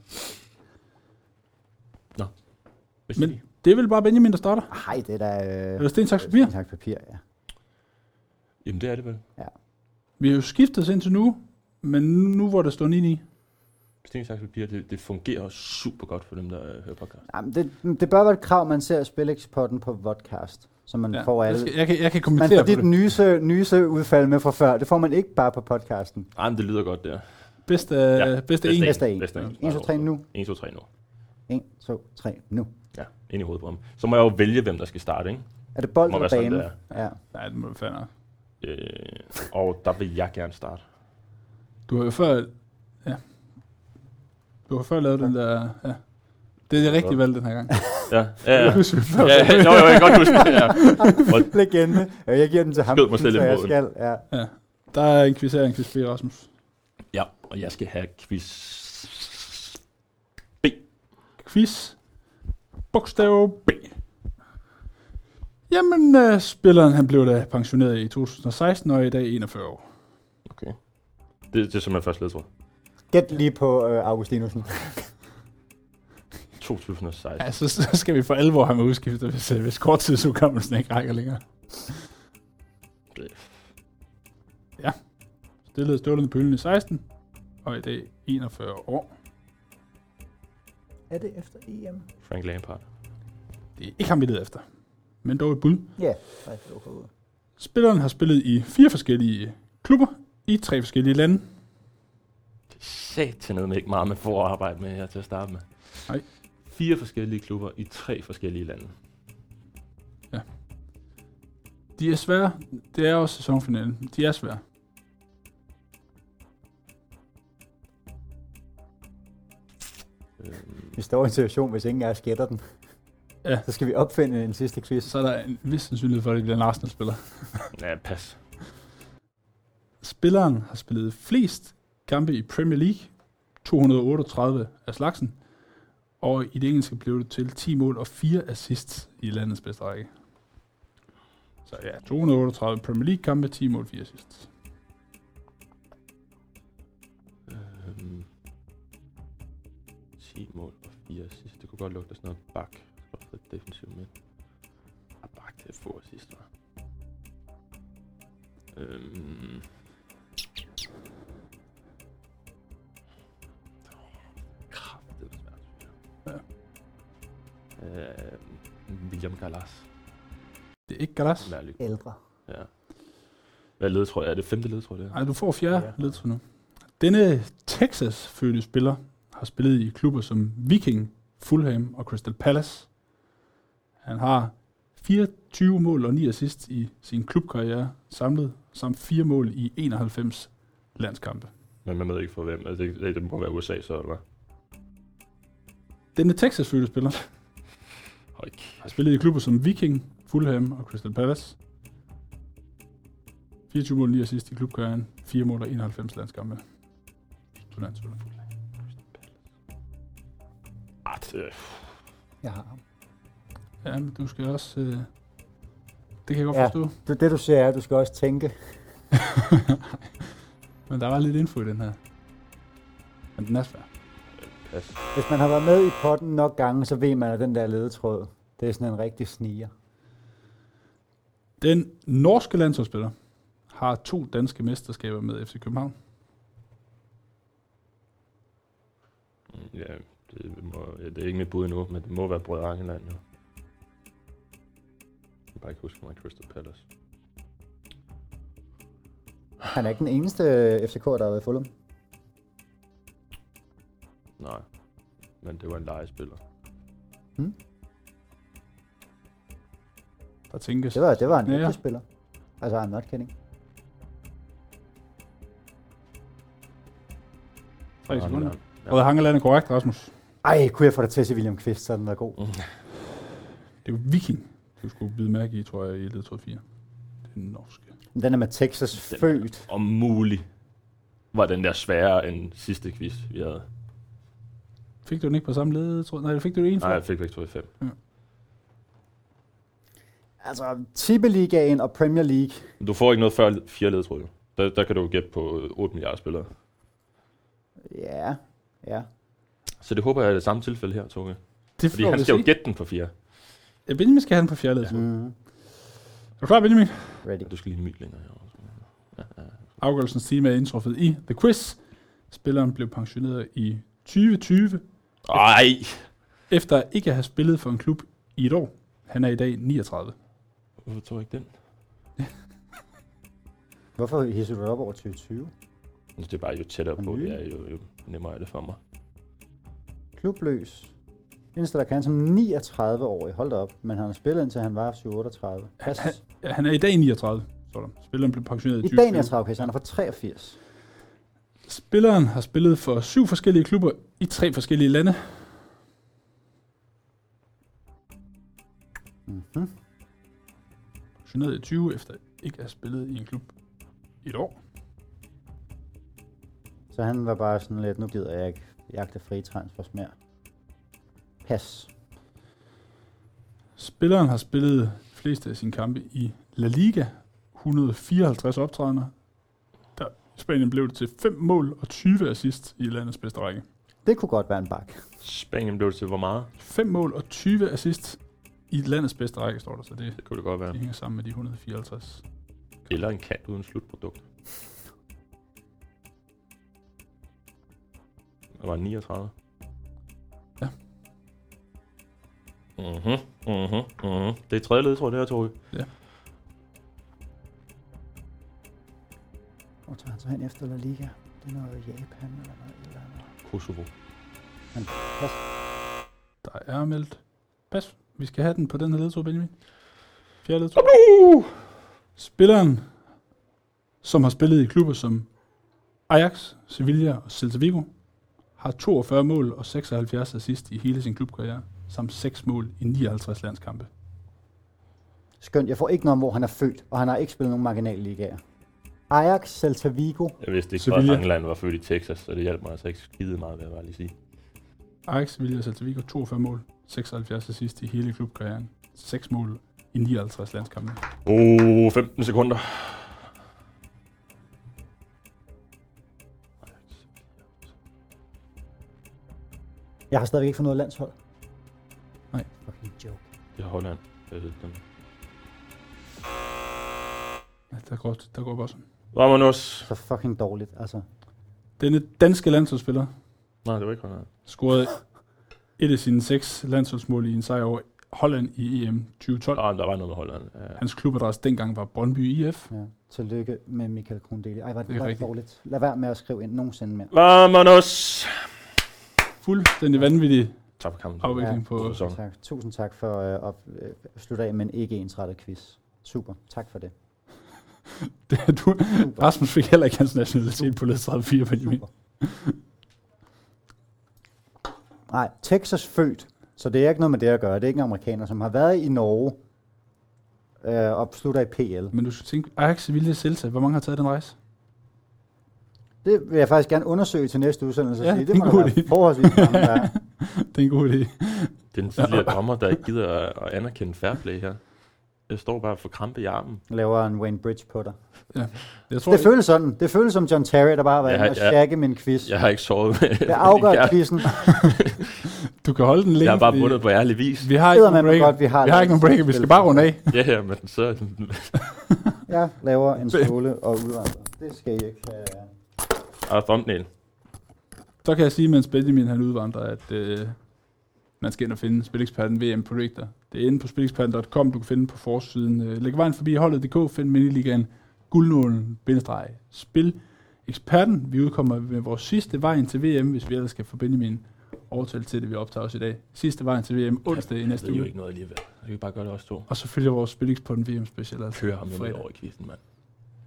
[SPEAKER 3] Hvis
[SPEAKER 1] Men
[SPEAKER 3] I-
[SPEAKER 1] det er vel bare Benjamin, der starter?
[SPEAKER 2] Nej, det er da... Øh,
[SPEAKER 1] Eller sten, saks, papir?
[SPEAKER 2] sten, saks, papir, ja.
[SPEAKER 3] Jamen, det er det vel.
[SPEAKER 1] Vi har jo skiftet os indtil nu, men nu, nu hvor der står 9 i,
[SPEAKER 3] Sten, saks, papir, det, det fungerer super godt for dem, der øh, hører podcast.
[SPEAKER 2] Jamen, det, det bør være et krav, man ser spillekspotten på vodcast, så man ja, får alle...
[SPEAKER 1] Jeg, skal, jeg, kan, jeg kan
[SPEAKER 2] Man
[SPEAKER 1] kommentere
[SPEAKER 2] får
[SPEAKER 1] på det.
[SPEAKER 2] dit nyse, nyse udfald med fra før. Det får man ikke bare på podcasten.
[SPEAKER 3] Ej, men det lyder godt, der.
[SPEAKER 1] Bedste, ja,
[SPEAKER 3] Ja,
[SPEAKER 1] bedste en.
[SPEAKER 2] Bedste en.
[SPEAKER 3] Bedste en.
[SPEAKER 2] 1, 2, 3 nu.
[SPEAKER 3] 1, 2, 3 nu.
[SPEAKER 2] 1, 2, 3 nu.
[SPEAKER 3] Ja, ind i hovedet på ham. Så må jeg jo vælge, hvem der skal starte, ikke?
[SPEAKER 2] Er det bold
[SPEAKER 3] Må
[SPEAKER 2] eller
[SPEAKER 3] være sådan,
[SPEAKER 2] bane?
[SPEAKER 3] det
[SPEAKER 2] Ja.
[SPEAKER 1] Nej, det må du fandme.
[SPEAKER 3] Øh, og der vil jeg gerne starte.
[SPEAKER 1] Du har jo før... Ja. Du har før lavet den der... Ja. Det er det rigtige valg den her gang.
[SPEAKER 3] Ja, ja, ja.
[SPEAKER 1] Jeg husker det før.
[SPEAKER 3] ja, ja jo, jo, jeg kan godt huske det, ja.
[SPEAKER 2] Legende. Ja, jeg giver den til ham,
[SPEAKER 3] Skød mig selv i
[SPEAKER 2] så jeg
[SPEAKER 3] foden.
[SPEAKER 2] skal. Ja.
[SPEAKER 1] Der er en quiz her, en quiz B, Rasmus.
[SPEAKER 3] Ja, og jeg skal have quiz
[SPEAKER 1] Quiz. Bogstav B. Jamen, øh, spilleren han blev da pensioneret i 2016 og er i dag 41 år.
[SPEAKER 3] Det, det er simpelthen første ledtråd.
[SPEAKER 2] Gæt lige på øh, Augustinusen.
[SPEAKER 3] 2016.
[SPEAKER 1] Ja, så, Altså, så skal vi for alvor have med udskiftet, hvis, øh, hvis korttidsudkommelsen ikke rækker længere. Ja. Stillede stålen på hylden i 16, og i dag 41 år.
[SPEAKER 8] Er det efter E EM?
[SPEAKER 3] Frank Lampard.
[SPEAKER 1] Det er ikke ham, vi leder efter. Men dog et bud.
[SPEAKER 8] Ja, nej, det var forud.
[SPEAKER 1] Spilleren har spillet i fire forskellige klubber i tre forskellige lande.
[SPEAKER 3] Satan med ikke meget, man får at arbejde med her til at starte med.
[SPEAKER 1] Nej.
[SPEAKER 3] Fire forskellige klubber i tre forskellige lande.
[SPEAKER 1] De er svære. Det er også sæsonfinalen. De er svære.
[SPEAKER 3] Øh,
[SPEAKER 2] Vi står i en situation, hvis ingen af os gætter den.
[SPEAKER 1] Ja.
[SPEAKER 2] Så skal vi opfinde en sidste quiz.
[SPEAKER 1] Så er der en vis sandsynlighed for, at det bliver en Arsenal-spiller.
[SPEAKER 3] ja, pas.
[SPEAKER 1] Spilleren har spillet flest kampe i Premier League, 238 af slagsen, Og i det engelske blev det til 10 mål og 4 assists i landets bedste række. Så ja, 238 Premier League-kampe, 10 mål, 4 assists.
[SPEAKER 3] Øhm, 10 mål og 4 assist. Det kunne godt lugte af sådan noget bak. For defensiv midt. Ah, bak til få assist, var. Øhm. Kraft, det er svært. Ja. Øhm, William Galas.
[SPEAKER 1] Det er ikke Galas.
[SPEAKER 3] Lærlig.
[SPEAKER 2] Ældre.
[SPEAKER 3] Ja. Hvad led, tror jeg? Er det femte led, tror jeg, det er?
[SPEAKER 1] Nej, du får fjerde ja. ledtog nu. Denne Texas-fødte spiller har spillet i klubber som Viking, Fulham og Crystal Palace. Han har 24 mål og 9 assist i sin klubkarriere samlet, samt 4 mål i 91 landskampe.
[SPEAKER 3] Men man ved ikke for hvem. Altså, det, det må være USA, så eller hvad?
[SPEAKER 1] Denne Texas-fødte spiller
[SPEAKER 3] Hold kæft.
[SPEAKER 1] har spillet i klubber som Viking, Fulham og Crystal Palace. 24 mål, 9 assist i klubkarrieren, 4 mål og 91 landskampe. Du er en spiller.
[SPEAKER 3] Ah, det-
[SPEAKER 2] Jeg har ham.
[SPEAKER 1] Ja, men du skal også... Øh, det kan jeg godt ja.
[SPEAKER 2] Ja.
[SPEAKER 1] forstå.
[SPEAKER 2] Det, det du siger er, at du skal også tænke.
[SPEAKER 1] Men der var lidt info i den her. Men den er svær.
[SPEAKER 3] Pas.
[SPEAKER 2] Hvis man har været med i potten nok gange, så ved man, at den der ledetråd, det er sådan en rigtig sniger.
[SPEAKER 1] Den norske landsholdsspiller har to danske mesterskaber med FC København.
[SPEAKER 3] Mm, Ja, det, må, ja, det er ikke mit bud endnu, men det må være Brødre Angeland, jo. Jeg kan bare ikke huske, hvor meget Crystal Palace.
[SPEAKER 2] Han er ikke den eneste øh, FCK, der har været i Fulham.
[SPEAKER 3] Nej, men det var en legespiller.
[SPEAKER 1] Der tænkes.
[SPEAKER 2] Det var, det var en
[SPEAKER 1] Ja,
[SPEAKER 2] ja,
[SPEAKER 1] ja.
[SPEAKER 2] ja. spiller. Altså, I'm not kidding.
[SPEAKER 1] Tre sekunder.
[SPEAKER 3] Ja.
[SPEAKER 1] Røde Hangeland er korrekt, Rasmus.
[SPEAKER 2] Ej, kunne jeg få dig til at se William Kvist, så havde den var god.
[SPEAKER 1] Det er jo viking, du skulle bide mærke i, tror jeg, i ledtråd 4. Den norske.
[SPEAKER 2] Men Den er med Texas
[SPEAKER 3] Den-
[SPEAKER 2] født.
[SPEAKER 3] Om muligt var den der sværere end sidste quiz, vi havde.
[SPEAKER 1] Fik du den ikke på samme ledtråd? Nej, det fik du den ene
[SPEAKER 3] Nej,
[SPEAKER 1] fra.
[SPEAKER 3] jeg fik Victoria 5.
[SPEAKER 2] Altså, Tippeligaen og Premier League.
[SPEAKER 3] Du får ikke noget før fire ledtråd, jo. Der, der kan du gætte på øh, 8 milliarder spillere.
[SPEAKER 2] Ja, ja.
[SPEAKER 3] Så det håber jeg er det samme tilfælde her, Toge.
[SPEAKER 1] Det
[SPEAKER 3] Fordi
[SPEAKER 1] får
[SPEAKER 3] han
[SPEAKER 1] vi
[SPEAKER 3] skal jo
[SPEAKER 1] se.
[SPEAKER 3] gætte den på fire.
[SPEAKER 1] Ja, Benjamin skal have den på fjerde ledtråd.
[SPEAKER 2] Mm.
[SPEAKER 1] Er du klar, Benjamin?
[SPEAKER 2] Ready.
[SPEAKER 3] Du skal lige en mil længere herovre.
[SPEAKER 1] Afgørelsens time er indtruffet i The Quiz. Spilleren blev pensioneret i 2020,
[SPEAKER 3] Ej!
[SPEAKER 1] efter ikke at have spillet for en klub i et år. Han er i dag 39.
[SPEAKER 3] Hvorfor tog jeg ikke den?
[SPEAKER 2] Hvorfor hisser du dig op over 2020?
[SPEAKER 3] Altså, Det er bare jo tættere på,
[SPEAKER 2] Mhm.
[SPEAKER 3] det er jo, jo nemmere er det for mig.
[SPEAKER 2] Klubløs. Indstiller kan han som 39-årig. Hold da op. Men han har spillet indtil han var 7-38. Pas.
[SPEAKER 1] Ja, han er i dag 39, står der. Spilleren blev pensioneret i
[SPEAKER 2] I dag
[SPEAKER 1] 2020.
[SPEAKER 2] er okay, så han er fra 83.
[SPEAKER 1] Spilleren har spillet for syv forskellige klubber i tre forskellige lande.
[SPEAKER 2] Mm-hmm.
[SPEAKER 1] Pensioneret i 20, efter ikke at have spillet i en klub i et år.
[SPEAKER 2] Så han var bare sådan lidt, nu gider jeg ikke jagte frie transfers mere. Pas.
[SPEAKER 1] Spilleren har spillet de fleste af sine kampe i La Liga. 154 optrædener. Der i Spanien blev det til 5 mål og 20 assist i landets bedste række.
[SPEAKER 2] Det kunne godt være en bak.
[SPEAKER 3] Spanien blev det til hvor meget?
[SPEAKER 1] 5 mål og 20 assist i landets bedste række, står der, så det,
[SPEAKER 3] Det kunne det godt være.
[SPEAKER 1] det hænger sammen med de 154.
[SPEAKER 3] Eller en kant uden slutprodukt. Jeg var 39.
[SPEAKER 1] Ja.
[SPEAKER 3] Mhm, mhm, mhm. Det er tredje led, tror jeg, det her, Torge.
[SPEAKER 2] Hvor tager han så hen efter La Liga? Det er noget Japan eller noget. Eller andet.
[SPEAKER 3] Kosovo.
[SPEAKER 1] Der er meldt pas. Vi skal have den på den her ledtog, Benjamin. Fjerde ledtog. Spilleren, som har spillet i klubber som Ajax, Sevilla og Celta Vigo, har 42 mål og 76 assist i hele sin klubkarriere, samt 6 mål i 59 landskampe.
[SPEAKER 2] Skønt, jeg får ikke noget om, hvor han er født, og han har ikke spillet nogen marginalligaer. Ajax, Celta Vigo,
[SPEAKER 3] Jeg vidste ikke,
[SPEAKER 1] Sevilla.
[SPEAKER 3] at England var født i Texas, så det hjalp mig altså ikke skide meget, vil jeg bare lige sige.
[SPEAKER 1] Ajax Vilja Saltavico 42 mål, 76 assist i hele klubkarrieren. 6 mål i 59 landskampe.
[SPEAKER 3] Oh, 15 sekunder.
[SPEAKER 2] Jeg har stadigvæk ikke fået noget landshold.
[SPEAKER 1] Nej.
[SPEAKER 2] Fucking joke.
[SPEAKER 3] Det er Holland. Jeg ved Øh, den.
[SPEAKER 1] Ja, der går, der går bossen.
[SPEAKER 3] Ramanos.
[SPEAKER 2] Så fucking dårligt, altså.
[SPEAKER 1] Denne danske landsholdsspiller
[SPEAKER 3] Nej, det var ikke Holland.
[SPEAKER 1] scorede et af sine seks landsholdsmål i en sejr over Holland i E EM 2012.
[SPEAKER 3] Ah, der var noget med Holland. Ja.
[SPEAKER 1] Hans klubadresse dengang var Brøndby IF.
[SPEAKER 2] Ja. Tillykke med Michael Kondeli. Ej, var
[SPEAKER 1] Det er
[SPEAKER 2] det, var det
[SPEAKER 1] rigtigt.
[SPEAKER 2] dårligt. Lad være med at skrive ind nogensinde mere.
[SPEAKER 3] Ramanos.
[SPEAKER 1] Fuldstændig vanvittig
[SPEAKER 3] Tak for kampen.
[SPEAKER 1] afvikling på...
[SPEAKER 3] Sæson.
[SPEAKER 2] Tak. Tusind tak for øh, at øh, slutte af med en ikke ensrettet quiz. Super. Tak for det.
[SPEAKER 1] du, Rasmus fik heller ikke hans nationalitet på led 34, Benjamin.
[SPEAKER 2] Super. Nej, Texas født, så det er ikke noget med det at gøre. Det er ikke en amerikaner, som har været i Norge øh, og slutter i PL.
[SPEAKER 1] Men du skal tænke, Ajax Sevilla Celta, hvor mange har taget den rejse?
[SPEAKER 2] Det vil jeg faktisk gerne undersøge til næste udsendelse.
[SPEAKER 1] Ja,
[SPEAKER 2] Ja, sige.
[SPEAKER 1] det
[SPEAKER 2] Det
[SPEAKER 1] er
[SPEAKER 2] må
[SPEAKER 1] en
[SPEAKER 2] der
[SPEAKER 1] god
[SPEAKER 2] være
[SPEAKER 1] idé.
[SPEAKER 2] forholdsvis mange, der er.
[SPEAKER 1] Det er en god idé.
[SPEAKER 3] Det er den tidligere dommer, der ikke gider at- at anerkende fairplay her. Jeg står bare for krampe i armen.
[SPEAKER 2] laver en Wayne Bridge på dig.
[SPEAKER 1] Jeg tror,
[SPEAKER 2] Det føles sådan. Det føles som John Terry, der bare har været
[SPEAKER 3] Ja,
[SPEAKER 2] ja, og
[SPEAKER 3] ja.
[SPEAKER 2] shakke min quiz.
[SPEAKER 3] Jeg
[SPEAKER 2] Ja.
[SPEAKER 3] har ikke sovet.
[SPEAKER 2] Det afgør
[SPEAKER 3] jeg,
[SPEAKER 2] quizzen.
[SPEAKER 1] du kan holde den længe.
[SPEAKER 3] jeg har bare
[SPEAKER 1] fordi
[SPEAKER 3] vundet på ærlig vis.
[SPEAKER 1] Vi har ikke
[SPEAKER 2] Hedder
[SPEAKER 1] nogen
[SPEAKER 2] man
[SPEAKER 1] break.
[SPEAKER 2] godt, vi har
[SPEAKER 1] vi har ikke nogen break. Vi skal bare runde af.
[SPEAKER 3] Ja, ja, men så...
[SPEAKER 2] Jeg laver en skole og udvandrer. Det skal I ikke. øh.
[SPEAKER 3] Og thumbnail.
[SPEAKER 1] Så kan jeg sige, mens Benjamin han udvandrer, at øh, man skal ind og finde Spileksperten VM Predictor. Det er inde på spileksperten.com, du kan finde den på forsiden. Øh, læg vejen forbi holdet.dk, find miniligaen guldnålen, bindestreg, spil. Eksperten, vi udkommer med vores sidste vejen til VM, hvis vi ellers skal få Benjamin overtalt til det, vi optager os i dag. Sidste vejen til VM, onsdag i
[SPEAKER 3] Det
[SPEAKER 1] næste
[SPEAKER 3] er jo
[SPEAKER 1] uge.
[SPEAKER 3] ikke noget alligevel. Så kan vi bare gøre det også to.
[SPEAKER 1] Og så følger vores Spilix på den VM special. Altså.
[SPEAKER 3] Kører ham jo med
[SPEAKER 1] Fredag.
[SPEAKER 3] over i kvisten, mand.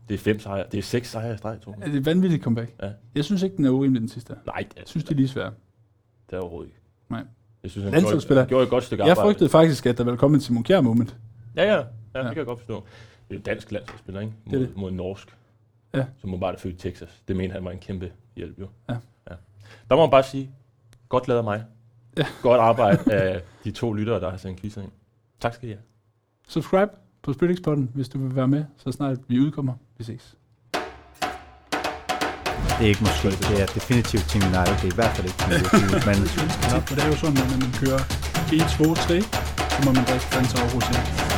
[SPEAKER 3] Det er fem sejre. Det er seks sejre i streg, tror
[SPEAKER 1] Er
[SPEAKER 3] jeg.
[SPEAKER 1] det et vanvittigt comeback?
[SPEAKER 3] Ja.
[SPEAKER 1] Jeg synes ikke, den er urimelig den sidste. Jeg
[SPEAKER 3] Nej, det,
[SPEAKER 1] synes, de er lige svære.
[SPEAKER 3] det er overhovedet ikke.
[SPEAKER 1] Nej.
[SPEAKER 3] Jeg synes, han gjorde,
[SPEAKER 1] Landsholdsspiller.
[SPEAKER 3] han gjorde et godt stykke
[SPEAKER 1] Jeg
[SPEAKER 3] arbejde.
[SPEAKER 1] frygtede faktisk, at der ville komme en Simon Kjær moment.
[SPEAKER 3] Ja, ja, ja, det
[SPEAKER 1] Ja.
[SPEAKER 3] kan jeg godt forstå. Det er jo dansk landsholdsspiller, ikke? Mod,
[SPEAKER 1] er
[SPEAKER 3] det
[SPEAKER 1] det.
[SPEAKER 3] mod norsk.
[SPEAKER 1] Ja.
[SPEAKER 3] Som må bare født i Texas. Det mener han var en kæmpe hjælp, jo.
[SPEAKER 1] Ja.
[SPEAKER 3] ja. Der må man bare sige, godt lavet af mig.
[SPEAKER 1] Ja.
[SPEAKER 3] Godt arbejde af de to lyttere, der har sendt quizzer ind. Tak skal I have.
[SPEAKER 1] Subscribe på Spilix-podden, hvis du vil være med, så snart vi udkommer. Vi ses.
[SPEAKER 9] Det er ikke måske. Det er definitivt Team United. Det er i hvert fald ikke Team United. men
[SPEAKER 1] Og det er jo sådan, at når man kører 1, 2, 3, så må man drikke danser og rosé.